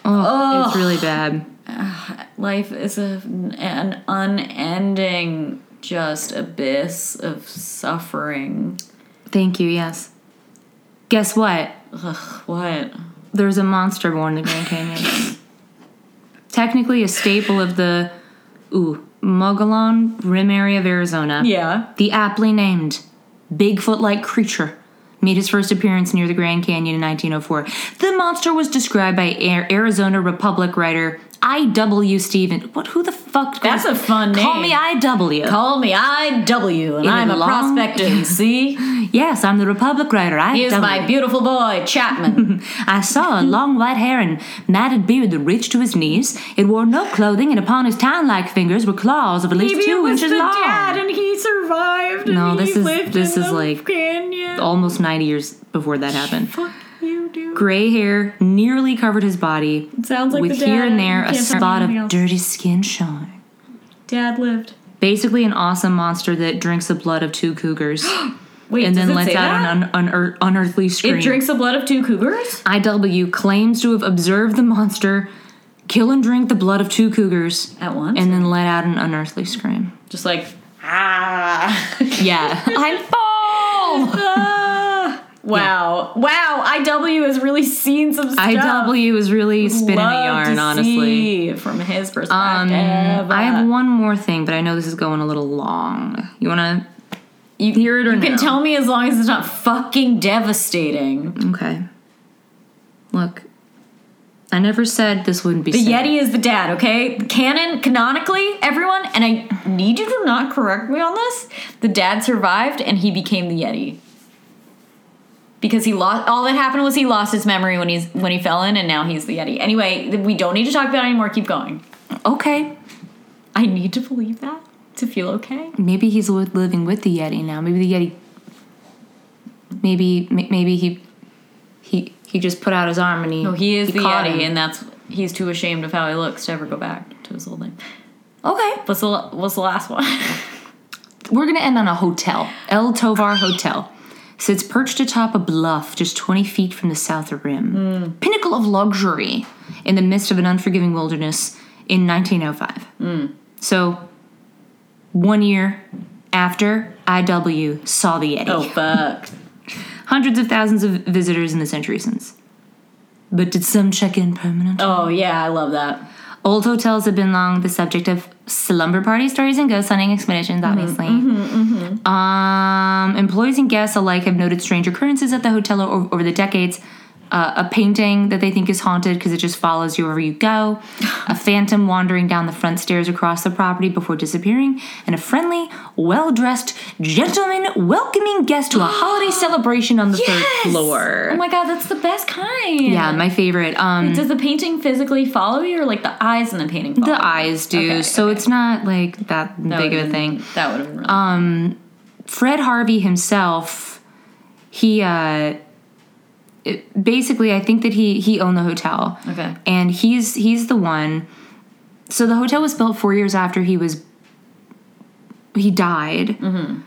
S2: Oh, it's really bad.
S1: Life is a, an unending, just abyss of suffering.
S2: Thank you. Yes. Guess what?
S1: Ugh, what?
S2: There's a monster born in the Grand Canyon. Technically, a staple of the ooh Mogollon Rim area of Arizona.
S1: Yeah.
S2: The aptly named Bigfoot like creature made his first appearance near the Grand Canyon in 1904. The monster was described by Air Arizona Republic writer I.W. Steven. What? Who the fuck?
S1: That's
S2: calls-
S1: a fun name.
S2: Call me I.W.
S1: Call me IW, and
S2: it
S1: I'm a
S2: long?
S1: prospector, you see?
S2: yes, I'm the Republic writer. I.
S1: Here's my beautiful boy, Chapman.
S2: I saw a long white hair and matted beard that reached to his knees. It wore no clothing, and upon his tan-like fingers were claws of at least two inches long.
S1: and he survived.
S2: No, this is- this is like-
S1: Canyon.
S2: Almost 90 years before that happened.
S1: Fuck you, dude.
S2: Gray hair nearly covered his body,
S1: Sounds like
S2: with
S1: the dad.
S2: here and there
S1: You
S2: a
S1: can't tell me
S2: spot
S1: anything
S2: of
S1: else.
S2: dirty skin showing.
S1: Dad lived.
S2: Basically, an awesome monster that drinks the blood of two cougars
S1: Wait,
S2: and
S1: does
S2: then
S1: it
S2: lets
S1: say
S2: out
S1: that?
S2: an un- unear- unearthly scream.
S1: It drinks the blood of two cougars?
S2: IW claims to have observed the monster kill and drink the blood of two cougars
S1: At once?
S2: and then let out an unearthly scream.
S1: Just like, ah.
S2: Yeah. I'm full.
S1: Ah. Wow. Wow, IW has really seen some stuff.
S2: IW is really spinning
S1: Love
S2: the yarn,
S1: to
S2: honestly.
S1: see from his perspective. Uh,
S2: Um, I have one more thing, but I know this is going a little long. You want to you, hear it or
S1: You can
S2: no?
S1: tell me as long as it's not fucking devastating.
S2: Okay. Look, I never said this wouldn't be
S1: The
S2: sad.
S1: Yeti is the dad, okay? Canon, canonically, everyone, and I need you to not correct me on this. The dad survived and he became the Yeti. Because he lost all that happened was he lost his memory when he's when he fell in and now he's the Yeti. Anyway, th- we don't need to talk about it anymore. Keep going.
S2: Okay.
S1: I need to believe that to feel okay.
S2: Maybe he's with- living with the Yeti now. Maybe the Yeti. Maybe m- maybe he he he just put out his arm and he
S1: No, he is the
S2: caught
S1: Yeti,
S2: him.
S1: and that's he's too ashamed of how he looks to ever go back to his old name.
S2: okay.
S1: What's the what's the last one?
S2: We're gonna end on a hotel, El Tovar Hotel. Sits perched atop a bluff just 20 feet from the south rim. Pinnacle of luxury in the midst of an unforgiving wilderness in 1905. So, one year after IW saw the Yeti.
S1: oh fuck.
S2: Hundreds of thousands of visitors in the century since. But did some check in permanent?
S1: Oh yeah, I love that.
S2: Old hotels have been long the subject of slumber party stories and ghost hunting expeditions,
S1: Mm-hmm,
S2: obviously. Um, employees and guests alike have noted strange occurrences at the hotel o- over the decades, uh, a painting that they think is haunted because it just follows you wherever you go, a phantom wandering down the front stairs across the property before disappearing, and a friendly, well dressed gentleman welcoming guest to a holiday celebration on the third floor.
S1: Oh my god, that's the best kind.
S2: yeah, my favorite. Um,
S1: Does the painting physically follow you, or like the eyes in the painting? Follow
S2: the eyes do,
S1: Okay,
S2: so it's not like that
S1: you? That
S2: big
S1: would've
S2: of a
S1: been-
S2: thing.
S1: That would have been really.
S2: Fred Harvey himself, he uh, it- basically, I think that he he owned the hotel.
S1: Okay.
S2: and he's he's the one. So the hotel was built four years after he was he died.
S1: Mm-hmm.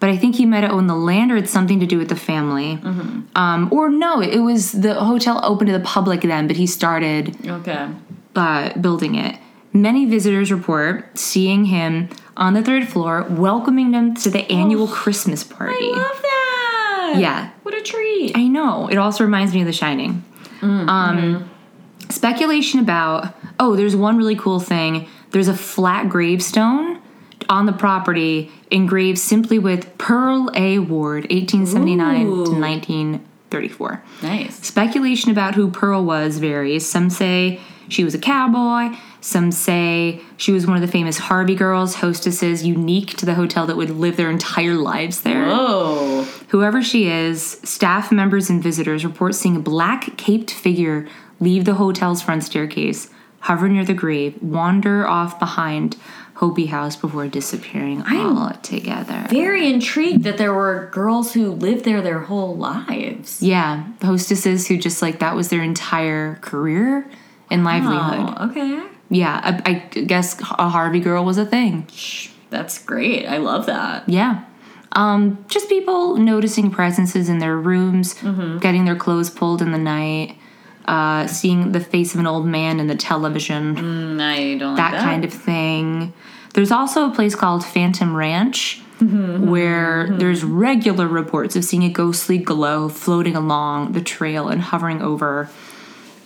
S2: But I think he might have owned the land, or it's something to do with the family.
S1: Mm-hmm.
S2: Um, or no, it was the hotel open to the public then, but he started
S1: okay.
S2: uh, building it. Many visitors report seeing him on the third floor, welcoming them to the annual Christmas party.
S1: Oh, I love that.
S2: Yeah.
S1: What a treat.
S2: I know. It also reminds me of The Shining. Um,
S1: Mm, mm-hmm.
S2: Speculation about oh, there's one really cool thing. There's a flat gravestone on the property engraved simply with Pearl A. Ward, 1879 to
S1: Ooh.
S2: 1934.
S1: nice.
S2: Speculation about who Pearl was varies. Some say she was a cowboy, some say she was one of the famous Harvey girls, hostesses unique to the hotel that would live their entire lives there.
S1: Oh.
S2: Whoever she is, staff members and visitors report seeing a black caped figure leave the hotel's front staircase, hover near the grave, wander off behind Hopi House before disappearing all together.
S1: Very intrigued that there were girls who lived there their whole lives.
S2: yeah, the hostesses who just like that was their entire career and livelihood.
S1: Oh, okay.
S2: Yeah, I, I guess a Harvey girl was a thing.
S1: Shh, That's great. I love that.
S2: Yeah. Um, just people noticing presences in their rooms, getting their clothes pulled in the night, uh, seeing the face of an old man in the television,
S1: Mm, I don't
S2: that
S1: like that
S2: kind of thing. There's also a place called Phantom Ranch where there's regular reports of seeing a ghostly glow floating along the trail and hovering over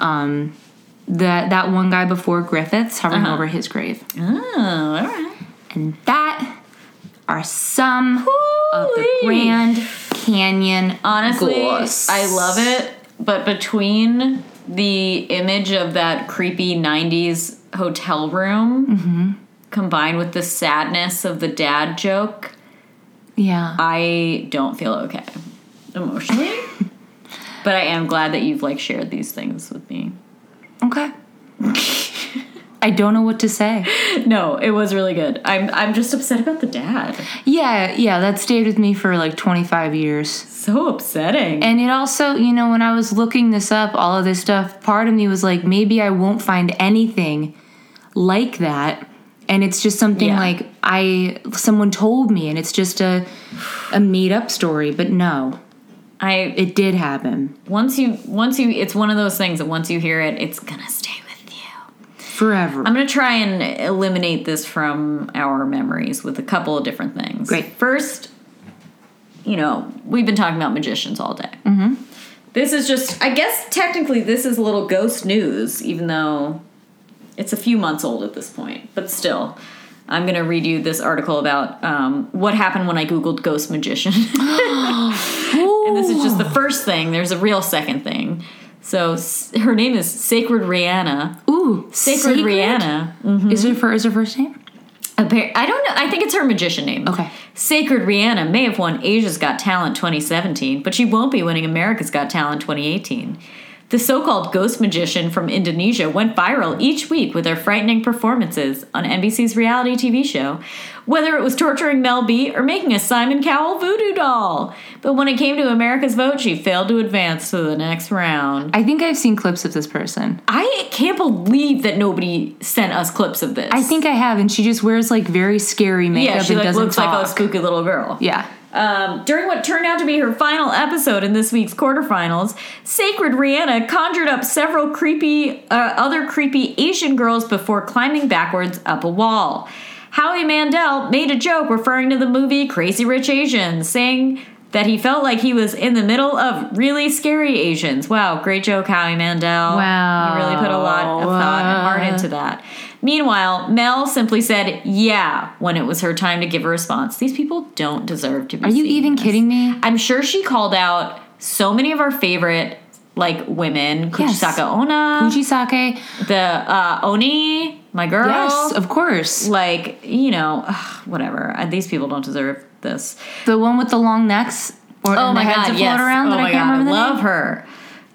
S2: um, that that one guy before Griffiths hovering over his grave.
S1: Oh, all right.
S2: And that are some of the
S1: Woo-wee.
S2: Grand Canyon.
S1: Honestly,
S2: ghosts.
S1: I love it. But between the image of that creepy 90s hotel room
S2: Mm-hmm.
S1: combined with the sadness of the dad joke,
S2: Yeah.
S1: I don't feel okay emotionally. but I am glad that you've like shared these things with me.
S2: Uh, okay. I don't know what to say.
S1: No, it was really good. I'm I'm just upset about the dad.
S2: Yeah, yeah, that stayed with me for like 25 years.
S1: So upsetting.
S2: And it also, you know, when I was looking this up, all of this stuff, part of me was like, maybe I won't find anything like that. And it's just something
S1: Yeah.
S2: like I someone told me, and it's just a a made up story. But no,
S1: I
S2: it did happen.
S1: once you once you it's one of those things that once you hear it it's gonna stay with you
S2: Forever.
S1: i'm gonna try and eliminate this from our memories with a couple of different things
S2: Great.
S1: first you know we've been talking about magicians all day mm-hmm. this is just i guess technically this is a little ghost news even though it's a few months old at this point but still i'm gonna read you this article about um, what happened when i googled ghost magician And this is just the first thing. There's a real second thing. So s- her name is Sacred Rihanna.
S2: Ooh,
S1: Sacred, Rihanna. Mm.
S2: Is it her? Is her first name?
S1: Appar- I don't know. I think it's her magician name.
S2: Okay.
S1: Sacred Rihanna may have won Asia's Got Talent 2017, but she won't be winning America's Got Talent 2018. The so called ghost magician from Indonesia went viral each week with her frightening performances on NBC's reality TV show, whether it was torturing Mel B or making a Simon Cowell voodoo doll. But when it came to America's vote, she failed to advance to the next round.
S2: I think I've seen clips of this person.
S1: I can't believe that nobody sent us clips of this.
S2: I think I have, and she just wears like very scary makeup
S1: yeah, she
S2: and
S1: like,
S2: doesn't
S1: looks
S2: talk.
S1: like a spooky little girl.
S2: yeah.
S1: Um, during what turned out to be her final episode in this week's quarterfinals, Sacred Rihanna conjured up several creepy, uh, other creepy Asian girls before climbing backwards up a wall. Howie Mandel made a joke referring to the movie Crazy Rich Asians, saying that he felt like he was in the middle of really scary Asians. Wow, great joke, Howie Mandel.
S2: Wow.
S1: You really put a lot of thought and heart into that. Meanwhile, Mel simply said, yeah, when it was her time to give a response. These people don't deserve to be
S2: Are you
S1: seen.
S2: even kidding me?
S1: I'm sure she called out so many of our favorite like women,
S2: Yes.
S1: Kuchisaka Ona,
S2: Ujisake.
S1: the uh, Oni, my girl.
S2: Yes, of course.
S1: Like, you know, ugh, whatever. Uh, These people don't deserve this.
S2: The one with the long necks or and the heads that float around
S1: oh
S2: that
S1: my
S2: I can't
S1: God,
S2: remember the
S1: I love
S2: name.
S1: her.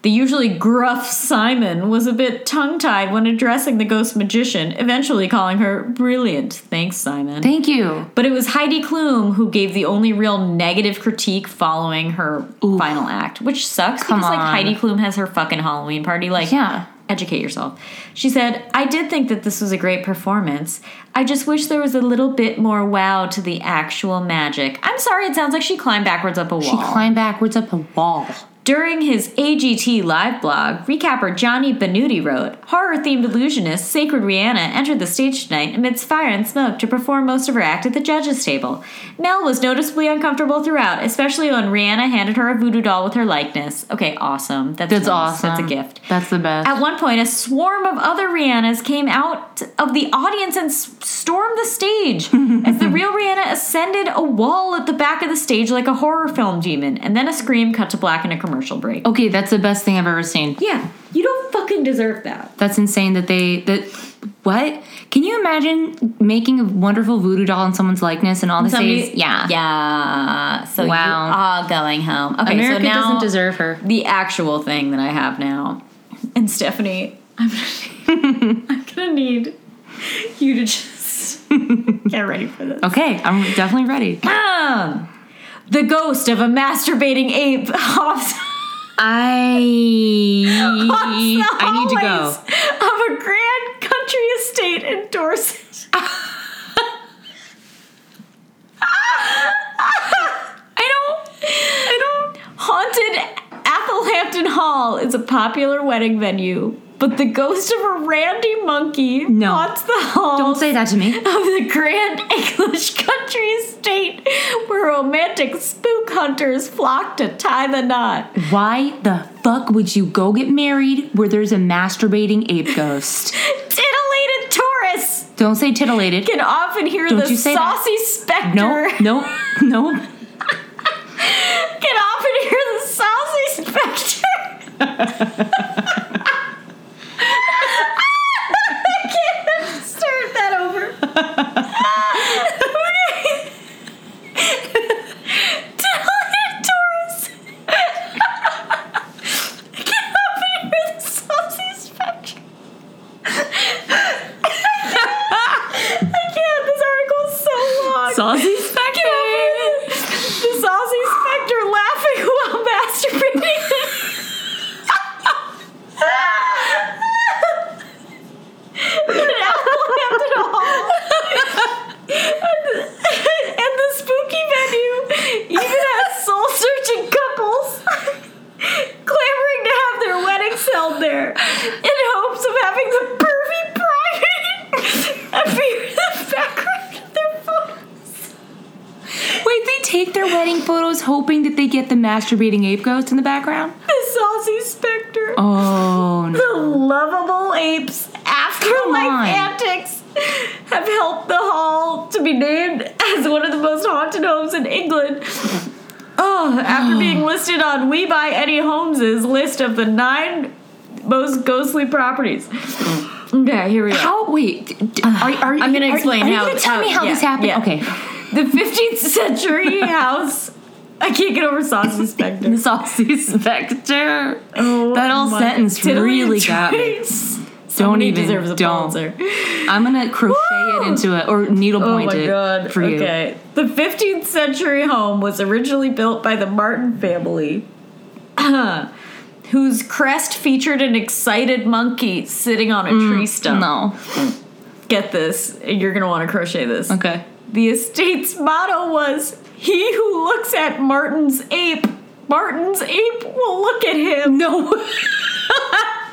S1: The usually gruff Simon was a bit tongue tied when addressing the ghost magician, eventually calling her brilliant. Thanks, Simon.
S2: Thank you.
S1: but it was Heidi Klum who gave the only real negative critique following her final act, which sucks
S2: Come
S1: because like
S2: on.
S1: Heidi Klum has her fucking Halloween party. Like,
S2: Yeah.
S1: educate yourself. She said, I did think that this was a great performance. I just wish there was a little bit more wow to the actual magic. I'm sorry, it sounds like she climbed backwards up a wall.
S2: She climbed backwards up a wall.
S1: During his AGT live blog, recapper Johnny Benuti wrote, Horror themed illusionist Sacred Rihanna entered the stage tonight amidst fire and smoke to perform most of her act at the judges' table. Mel was noticeably uncomfortable throughout, especially when Rihanna handed her a voodoo doll with her likeness. Okay, awesome. That's,
S2: That's
S1: nice.
S2: awesome.
S1: That's a gift.
S2: That's the best.
S1: At one point, a swarm of other Rihannas came out of the audience and s- stormed the stage as the real Rihanna ascended a wall at the back of the stage like a horror film demon, and then a scream cut to black in a commercial break.
S2: okay, that's the best thing I've ever seen.
S1: Yeah, you don't fucking deserve that.
S2: That's insane that they that what? Can you imagine making a wonderful voodoo doll in someone's likeness and all this
S1: Somebody-
S2: is yeah.
S1: Yeah. So
S2: Wow.
S1: you are going home. Okay,
S2: America
S1: so now
S2: doesn't deserve her.
S1: the actual thing that I have now. And Stephanie, I'm gonna, I'm gonna need you to just get ready for this.
S2: Okay, I'm definitely ready.
S1: Um, the ghost of a masturbating ape hops.
S2: I
S1: hops the
S2: I need to go.
S1: hallways Of a grand country estate in Dorset. I don't. I don't. Haunted Applehampton Hall is a popular wedding venue, but the ghost of a randy monkey
S2: No.
S1: haunts the hall
S2: Don't say that to me.
S1: of the grand English country estate where romantic spook hunters flock to tie the knot.
S2: Why the fuck would you go get married where there's a masturbating ape ghost?
S1: Titillated tourists
S2: Don't say titillated.
S1: can often hear
S2: Don't
S1: the
S2: you say that.
S1: saucy specter.
S2: No, no, no.
S1: Can often hear the saucy specter. I can't start that over. okay. Titillated tourists can often hear the saucy specter. I can't. This article is so long.
S2: Saucy
S1: specter. The saucy specter laughing while masturbating. An Applehampton Hall. and, and the spooky venue even has soul searching couples clamoring to have their weddings held there in hopes of having the pervy bride appear in the background of their phone.
S2: Wait, they take their wedding photos hoping that they get the masturbating ape ghost in the background?
S1: The saucy specter.
S2: Oh, no.
S1: The lovable apes afterlife
S2: on.
S1: antics have helped the hall to be named as one of the most haunted homes in England. Oh, after being listed on We Buy Eddie Holmes's list of the nine most ghostly properties. Okay, here we go.
S2: How? Wait. d- d- Are, are,
S1: I'm gonna
S2: are-
S1: explain
S2: are you
S1: how-
S2: gonna tell
S1: how-
S2: me how
S1: yeah,
S2: this happened?
S1: yeah.
S2: Okay.
S1: The 15th century house. I can't get over saucy specter.
S2: The saucy specter.
S1: Oh
S2: That whole
S1: my-
S2: sentence really
S1: Tiddly
S2: got me.
S1: trees.
S2: Don't
S1: Somebody
S2: even.
S1: deserves a
S2: don't.
S1: Pulitzer.
S2: I'm gonna crochet
S1: Woo!
S2: it into it or needle
S1: Oh
S2: point
S1: my
S2: it
S1: god.
S2: for you.
S1: Okay. The 15th century home was originally built by the Martin family, whose crest featured an excited monkey sitting on a tree stump.
S2: Mm. No.
S1: Get this. You're going to want to crochet this.
S2: Okay.
S1: The estate's motto was He who looks at Martin's ape, Martin's ape will look at him.
S2: No.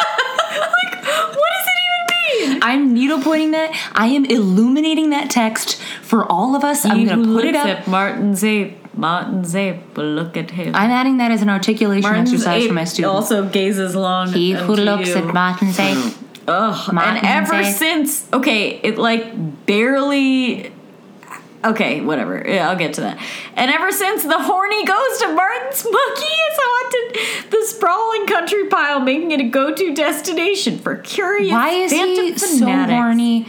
S1: What does it even mean?
S2: I'm needle pointing that. I am illuminating that text for all of us. I'm
S1: He
S2: gonna
S1: who
S2: put it
S1: looks
S2: up.
S1: At Martin's ape, Martin's ape will look at him.
S2: I'm adding that as an articulation
S1: Martin's
S2: exercise
S1: ape
S2: for my students.
S1: Also gazes long.
S2: He who
S1: unto
S2: looks
S1: you.
S2: at Martin's ape.
S1: Ugh.
S2: Martin's
S1: and ever
S2: ape.
S1: since, okay, it like barely Okay, whatever. Yeah, I'll get to that. And ever since the horny ghost of Martin's monkey has haunted the sprawling country pile, making it a go-to destination for curious.
S2: Why is
S1: phantom
S2: he so
S1: fanatics.
S2: horny?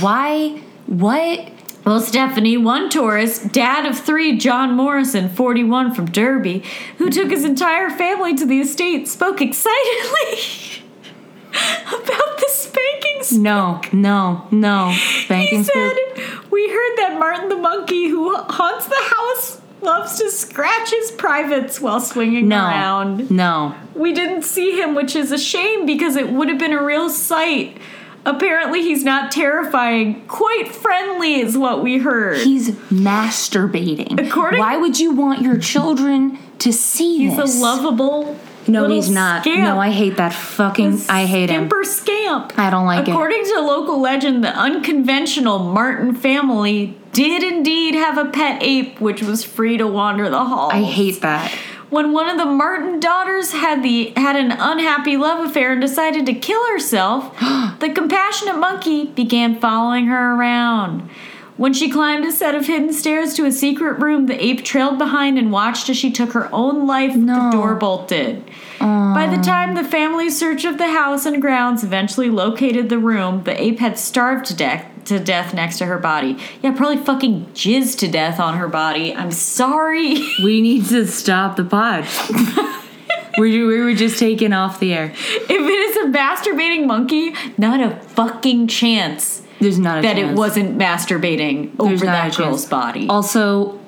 S2: Why? What?
S1: Well, Stephanie, one tourist, dad of three, John Morrison, 41, from Derby, who took his entire family to the estate, spoke excitedly about the spankings.
S2: No, no, no. Banking
S1: He said,
S2: spook.
S1: We heard that Martin the monkey who haunts the house loves to scratch his privates while swinging
S2: no,
S1: around.
S2: no.
S1: We didn't see him, which is a shame because it would have been a real sight. Apparently, he's not terrifying. Quite friendly is what we heard.
S2: He's masturbating.
S1: According-
S2: Why would you want your children to see
S1: He's
S2: this?
S1: a lovable.
S2: No,
S1: little
S2: he's not.
S1: Scamp.
S2: No, I hate that fucking. I hate him.
S1: Skimper scamp.
S2: I don't like it.
S1: According to local legend, the unconventional Martin family did indeed have a pet ape, which was free to wander the halls.
S2: I hate that.
S1: when one of the Martin daughters had the had an unhappy love affair and decided to kill herself, the compassionate monkey began following her around. When she climbed a set of hidden stairs to a secret room, the ape trailed behind and watched as she took her own life with
S2: No.
S1: the door bolted. By
S2: Um,
S1: the time the family's search of the house and grounds eventually located the room, the ape had starved to death to death next to her body. Yeah, probably fucking jizzed to death on her body. I'm sorry.
S2: We need to stop the pod. we, we were just taken off the air.
S1: If it is a masturbating monkey, not a fucking chance
S2: There's not a
S1: that it
S2: chance.
S1: wasn't masturbating
S2: There's
S1: over
S2: not
S1: that
S2: a
S1: girl's
S2: chance.
S1: body.
S2: Also,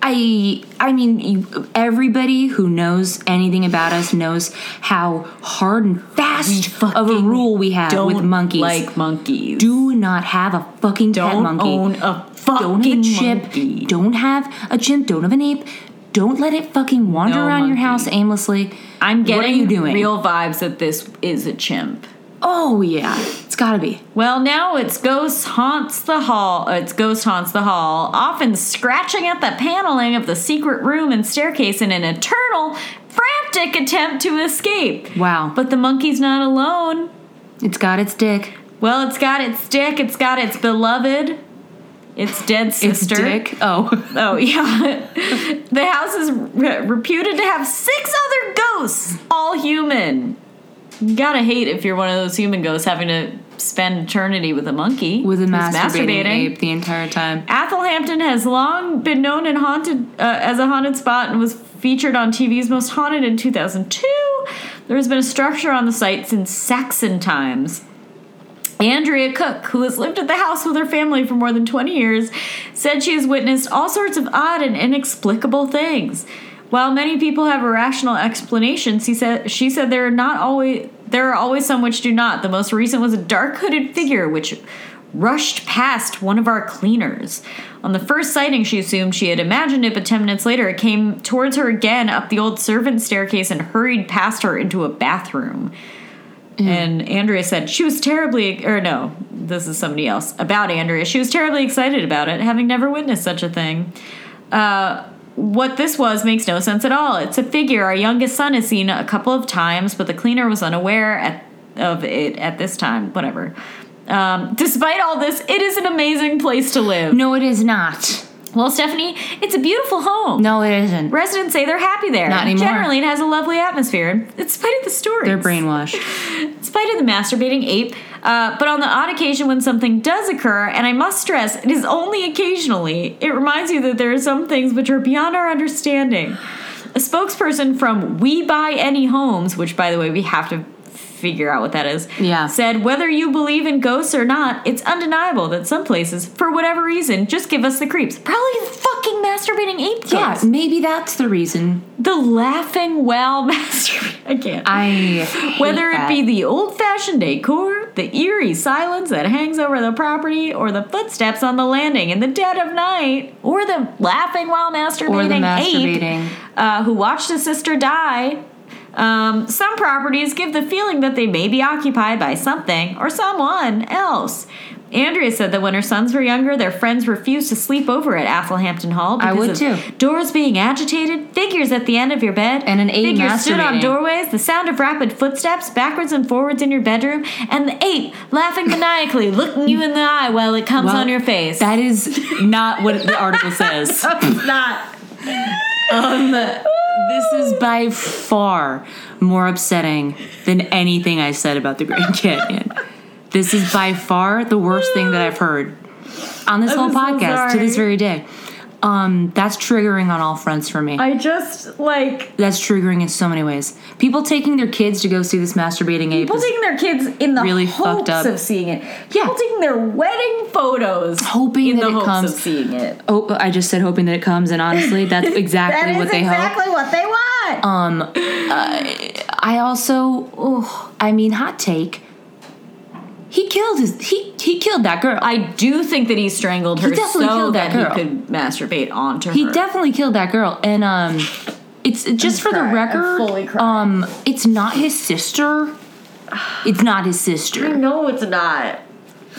S2: I I mean you, everybody who knows anything about us knows how hard and fast of a
S1: fucking
S2: rule we have
S1: Don't
S2: with monkeys.
S1: like monkeys.
S2: do not have a fucking pet
S1: Don't
S2: monkey.
S1: own a
S2: don't have
S1: fucking
S2: a chip.
S1: monkey.
S2: Don't have a chimp. Don't have an ape. Don't let it fucking wander
S1: No
S2: around your
S1: monkey.
S2: house aimlessly.
S1: I'm getting
S2: What are you doing?
S1: real vibes that this is a chimp.
S2: Oh yeah, it's gotta be.
S1: Well, now it's ghost haunts the hall. Uh, It's ghost haunts the hall, often scratching at the paneling of the secret room and staircase in an eternal, frantic attempt to escape.
S2: Wow.
S1: But the monkey's not alone.
S2: It's got its dick.
S1: Well, it's got its dick. It's got its beloved. Its dead sister.
S2: Its dick. Oh.
S1: Oh yeah. the house is re- reputed to have six other ghosts, all human. You gotta hate if you're one of those human ghosts having to spend eternity with a monkey
S2: With a
S1: who's
S2: masturbating, ape the entire time.
S1: Athelhampton has long been known and haunted uh, as a haunted spot and was featured on TV's Most Haunted in 2002. There has been a structure on the site since Saxon times. Andrea Cook, who has lived at the house with her family for more than 20 years, said she has witnessed all sorts of odd and inexplicable things. While many people have irrational explanations, he said she said there are not always there are always some which do not. The most recent was a dark hooded figure which rushed past one of our cleaners. On the first sighting, she assumed she had imagined it, but 10 minutes later, it came towards her again up the old servant staircase and hurried past her into a bathroom.
S2: Hmm.
S1: And Andrea said she was terribly, or no, this is somebody else about Andrea. She was terribly excited about it, having never witnessed such a thing. Uh, what this was makes no sense at all. It's a figure our youngest son has seen a couple of times, but the cleaner was unaware at, of it at this time. Whatever. Um, despite all this, it is an amazing place to live.
S2: No, it is not.
S1: Well, Stephanie, it's a beautiful home.
S2: No, it isn't.
S1: Residents say they're happy there.
S2: Not anymore.
S1: Generally, it has a lovely atmosphere, in spite of the stories.
S2: They're brainwashed.
S1: In spite of the masturbating ape, uh, but on the odd occasion when something does occur, and I must stress, it is only occasionally, it reminds you that there are some things which are beyond our understanding. A spokesperson from We Buy Any Homes, which by the way, we have to figure out what that is,
S2: Yeah.
S1: said, Whether you believe in ghosts or not, it's undeniable that some places, for whatever reason, just give us the creeps. Probably the fucking masturbating ape ghost.
S2: Yeah, maybe that's the reason.
S1: The laughing well masturbating. I can't.
S2: I hate
S1: Whether it
S2: that.
S1: be the old fashioned decor, the eerie silence that hangs over the property, or the footsteps on the landing in the dead of night, or the laughing while masturbating,
S2: or the
S1: ape
S2: masturbating.
S1: uh, who watched his sister die. Um, some properties give the feeling that they may be occupied by something or someone else. Andrea said that when her sons were younger, their friends refused to sleep over at Athelhampton Hall.
S2: I would
S1: of
S2: too.
S1: Doors being agitated, figures at the end of your bed,
S2: And an ape
S1: figures stood on
S2: masturbating.
S1: doorways, the sound of rapid footsteps backwards and forwards in your bedroom, and the ape laughing maniacally, looking you in the eye while it comes
S2: Well,
S1: on your face.
S2: That is not what the article says.
S1: That's not.
S2: This is by far more upsetting than anything I said about the Grand Canyon. This is by far the worst thing that I've heard on this whole
S1: so
S2: podcast to this very
S1: sorry.
S2: day. Um, that's triggering on all fronts for me.
S1: I just like
S2: that's triggering in so many ways. People taking their kids to go see this masturbating ape.
S1: people
S2: is
S1: taking their kids in the
S2: Really fucked
S1: hopes
S2: up.
S1: of seeing it. People taking their wedding photos,
S2: Hoping
S1: in
S2: that
S1: the
S2: it
S1: hopes
S2: comes.
S1: of seeing it.
S2: oh, I just said hoping that it comes, and honestly, that's exactly
S1: That is
S2: what they hope. Um,
S1: exactly what they want.
S2: I also, oh, I mean, hot take. He killed his. He he killed that girl.
S1: I do think that he strangled her
S2: definitely
S1: so
S2: killed that
S1: that,
S2: girl.
S1: he could masturbate onto
S2: He
S1: her.
S2: definitely killed that girl, and um, it's just for
S1: crying.
S2: the
S1: I'm
S2: record.
S1: fully crying.
S2: Um, it's not his sister. It's not his sister,
S1: no, it's not.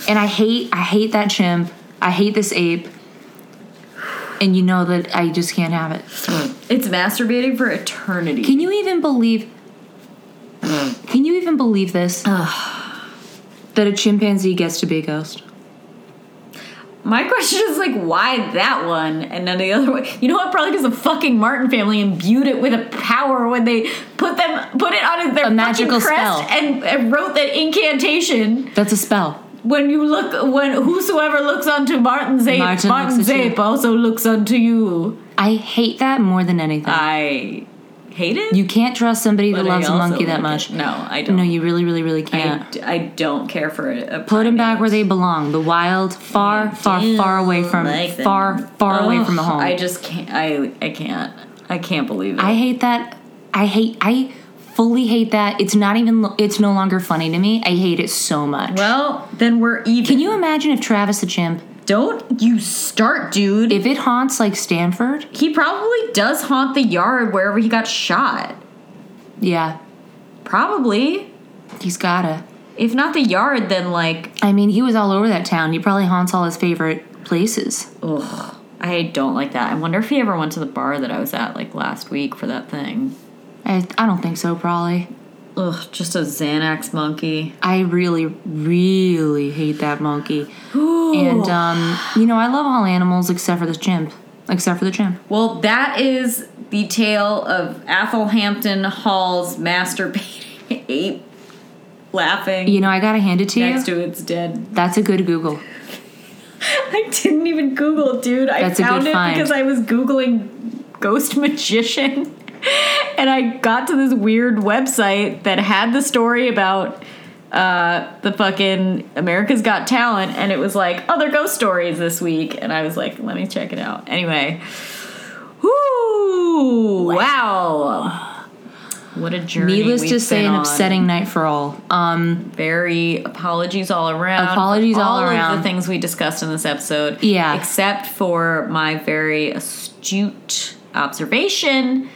S2: and I hate I hate that chimp. I hate this ape, and you know that I just can't have it.
S1: It's masturbating for eternity.
S2: Can you even believe? Can you even believe this? that a chimpanzee gets to be a ghost.
S1: My question is like, why that one and none of the other one? You know what? Probably because the fucking Martin family imbued it with a power when they put them put it on their
S2: A magical
S1: fucking crest
S2: spell.
S1: and, and wrote that incantation.
S2: That's a spell.
S1: When you look, when whosoever looks unto Martin's ape,
S2: Martin looks
S1: Martin's
S2: at you.
S1: ape also looks unto you.
S2: I hate that more than anything.
S1: I hate it.
S2: you can't trust somebody that
S1: Uh, but I
S2: loves a
S1: also
S2: monkey that
S1: like
S2: much.
S1: it. No, I don't.
S2: No, you really, really, really can't.
S1: I, I don't care for it.
S2: Put
S1: A
S2: them
S1: primate.
S2: back where they belong. The wild, far, far,
S1: Ew,
S2: far away from,
S1: like them.
S2: far, far away from the
S1: Ugh,
S2: home.
S1: I
S2: I,
S1: just can't. I I can't. I can't believe it.
S2: hate that. I hate. I fully hate that. It's not even. It's no longer funny to me. I hate it so much.
S1: well, then we're even.
S2: Can you imagine if Travis the chimp,
S1: Don't you start, dude.
S2: if it haunts like Stanford?
S1: he probably does haunt the yard wherever he got shot.
S2: Yeah,
S1: Probably.
S2: he's gotta.
S1: If not the yard, then like,
S2: I mean, he was all over that town. He probably haunts all his favorite places.
S1: ugh. I don't like that. I wonder if he ever went to the bar that I was at like last week for that thing.
S2: I, I don't think so. Probably.
S1: Ugh, just a Xanax monkey.
S2: I really, really hate that monkey. And um, you know, I love all animals except for the chimp. Except for the chimp.
S1: Well, that is the tale of Athelhampton Hall's masturbating ape laughing
S2: You know, I gotta hand it to
S1: next
S2: you.
S1: to its dead.
S2: That's a good Google.
S1: I didn't even Google, dude. I
S2: That's a good
S1: found it
S2: find.
S1: because I was Googling ghost magician. And I got to this weird website that had the story about uh, the fucking America's Got Talent, and it was like other ghost stories this week. And I was like, let me check it out. Anyway, whoo, wow, what a journey!
S2: Needless
S1: we've
S2: to say,
S1: been
S2: an
S1: on.
S2: upsetting night for all. Um,
S1: Very apologies all around. for
S2: Apologies all
S1: of
S2: around.
S1: the things we discussed in this episode.
S2: Yeah.
S1: Except for my very astute observation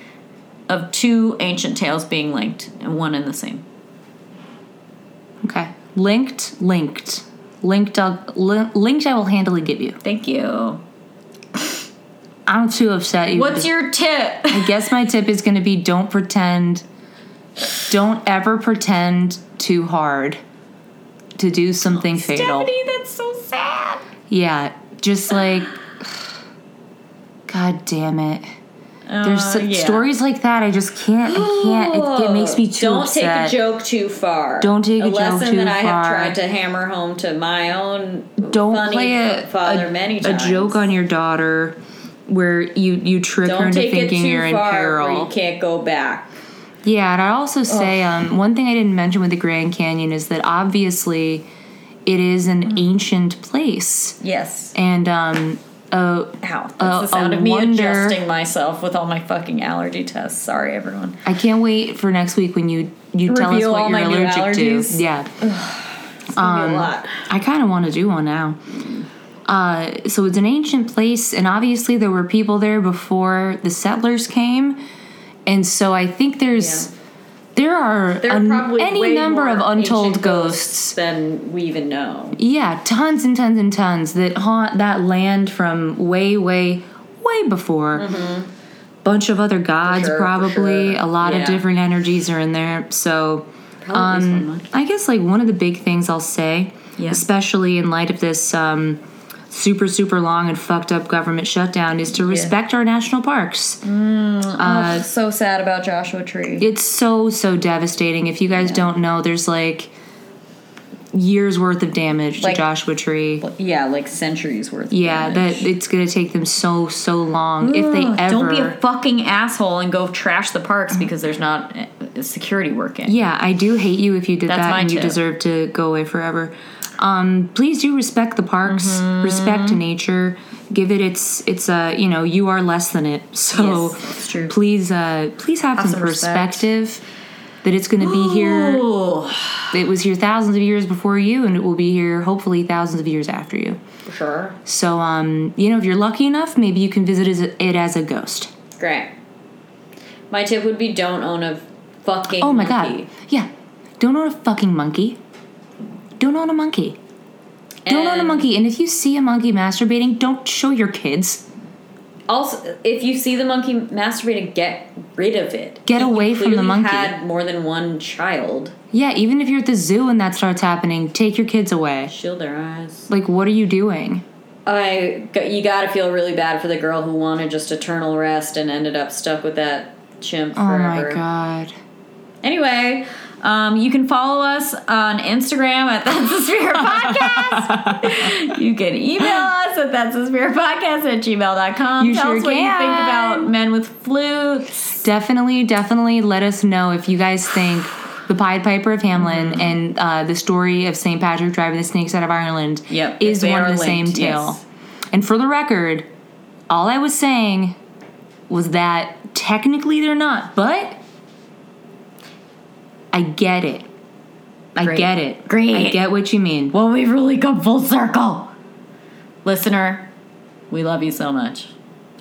S1: of two ancient tales being linked and one and the same.
S2: okay. Linked, linked, linked. I'll, li- linked. I will handily give you.
S1: Thank you.
S2: I'm too upset. You
S1: What's your tip?
S2: I guess my tip is gonna be don't pretend. Don't ever pretend too hard to do something fatal.
S1: Stephanie, that's so sad.
S2: Yeah, just like, God damn it. There's so-
S1: Uh, yeah.
S2: stories like that. I just can't. I can't. It, it makes me too
S1: Don't
S2: upset.
S1: take a joke too far.
S2: Don't take a joke
S1: lesson
S2: too
S1: that I have
S2: far.
S1: tried to hammer home to my own
S2: Don't
S1: funny
S2: play a,
S1: father
S2: a,
S1: many
S2: a
S1: times.
S2: joke on your daughter where you you trick her
S1: Don't
S2: into
S1: take it
S2: thinking you're
S1: too
S2: in
S1: far
S2: peril.
S1: where you can't go back.
S2: Yeah, and I also say um, one thing I didn't mention with the Grand Canyon is that obviously it is
S1: Mm.
S2: an ancient place,
S1: Yes.
S2: and um, uh,
S1: Ow. That's
S2: A-
S1: the sound
S2: a
S1: of me
S2: wonder-
S1: adjusting myself with all my fucking allergy tests. Sorry, everyone.
S2: I can't wait for next week when you you tell us
S1: Reveal
S2: what
S1: all
S2: you're
S1: my new
S2: allergic
S1: allergies?
S2: to. Yeah.
S1: It's gonna
S2: Um,
S1: be a lot.
S2: I kind of want to do one now. Uh, so it's an ancient place, and obviously there were people there before the settlers came, and so I think there's
S1: Yeah.
S2: there are,
S1: There are
S2: an-
S1: probably
S2: any
S1: way
S2: number
S1: more
S2: of untold
S1: ancient
S2: ghosts.
S1: than we even know.
S2: Yeah, tons and tons and tons that haunt that land from way, way, way before. Bunch of other gods,
S1: sure, Mm-hmm. for
S2: probably.
S1: sure.
S2: A lot
S1: Yeah.
S2: of different energies are in there. So,
S1: Probably so much.
S2: I guess like one of the big things I'll say,
S1: Yeah.
S2: especially in light of this um, super, super long and fucked up government shutdown, is to respect our national parks.
S1: Mm-hmm.
S2: Uh,
S1: Ugh, oh, so sad about Joshua Tree.
S2: It's so, so devastating. If you guys don't know, there's like years worth of damage
S1: Like-
S2: to Joshua Tree.
S1: yeah, like centuries worth. Of
S2: Yeah,
S1: damage.
S2: that it's gonna take them so so long if they
S1: Ugh,
S2: ever.
S1: don't be a fucking asshole and go trash the parks because there's not uh, security working.
S2: yeah, I do hate you if you did
S1: That's
S2: that
S1: my
S2: and you
S1: tip.
S2: deserve to go away forever. Um, please do respect the parks,
S1: Mm-hmm.
S2: respect nature, give it its its uh you know you are less than it. So
S1: Yes, that's true.
S2: please uh please have, some,
S1: some respect.
S2: perspective that it's gonna be here.
S1: Ooh,
S2: It was here thousands of years before you, and it will be here hopefully thousands of years after you.
S1: for sure.
S2: So um you know if you're lucky enough, maybe you can visit as a- it as a ghost.
S1: Great. My tip would be don't own a fucking.
S2: Oh my god. Yeah. Don't own a fucking monkey. Don't own a monkey. Don't own a
S1: And-
S2: monkey. And if you see a monkey masturbating, don't show your kids.
S1: Also, if you see the monkey masturbating, get rid of it.
S2: Get
S1: You
S2: away from the
S1: clearly
S2: monkey.
S1: Had more than one child.
S2: Yeah, even if you're at the zoo and that starts happening, take your kids away.
S1: Shield their eyes.
S2: Like, what are you doing?
S1: I you gotta feel really bad for the girl who wanted just eternal rest and ended up stuck with that chimp
S2: Oh
S1: forever.
S2: my god.
S1: Anyway, um, you can follow us on Instagram at That's the Spirit Podcast. you can email us at That's the Spirit Podcast at gmail.com.
S2: You
S1: Tell
S2: sure
S1: us what you think
S2: can.
S1: about men with flutes.
S2: Definitely, definitely let us know if you guys think the Pied Piper of Hamlin
S1: Mm-hmm.
S2: and uh, the story of St. Patrick driving the snakes out of Ireland
S1: Yep, if
S2: is
S1: they
S2: one
S1: are
S2: and the same
S1: linked,
S2: tale.
S1: yes.
S2: And for the record, all I was saying was that technically they're not, but I get it. I
S1: Great.
S2: get it.
S1: Great.
S2: I get what you mean.
S1: Well, we've really come full circle. Listener, we love you so much.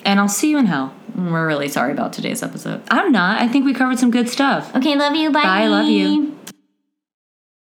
S2: And I'll see you in hell.
S1: We're really sorry about today's episode.
S2: I'm not. I think we covered some good stuff.
S1: Okay, love you. Bye.
S2: Bye, love you.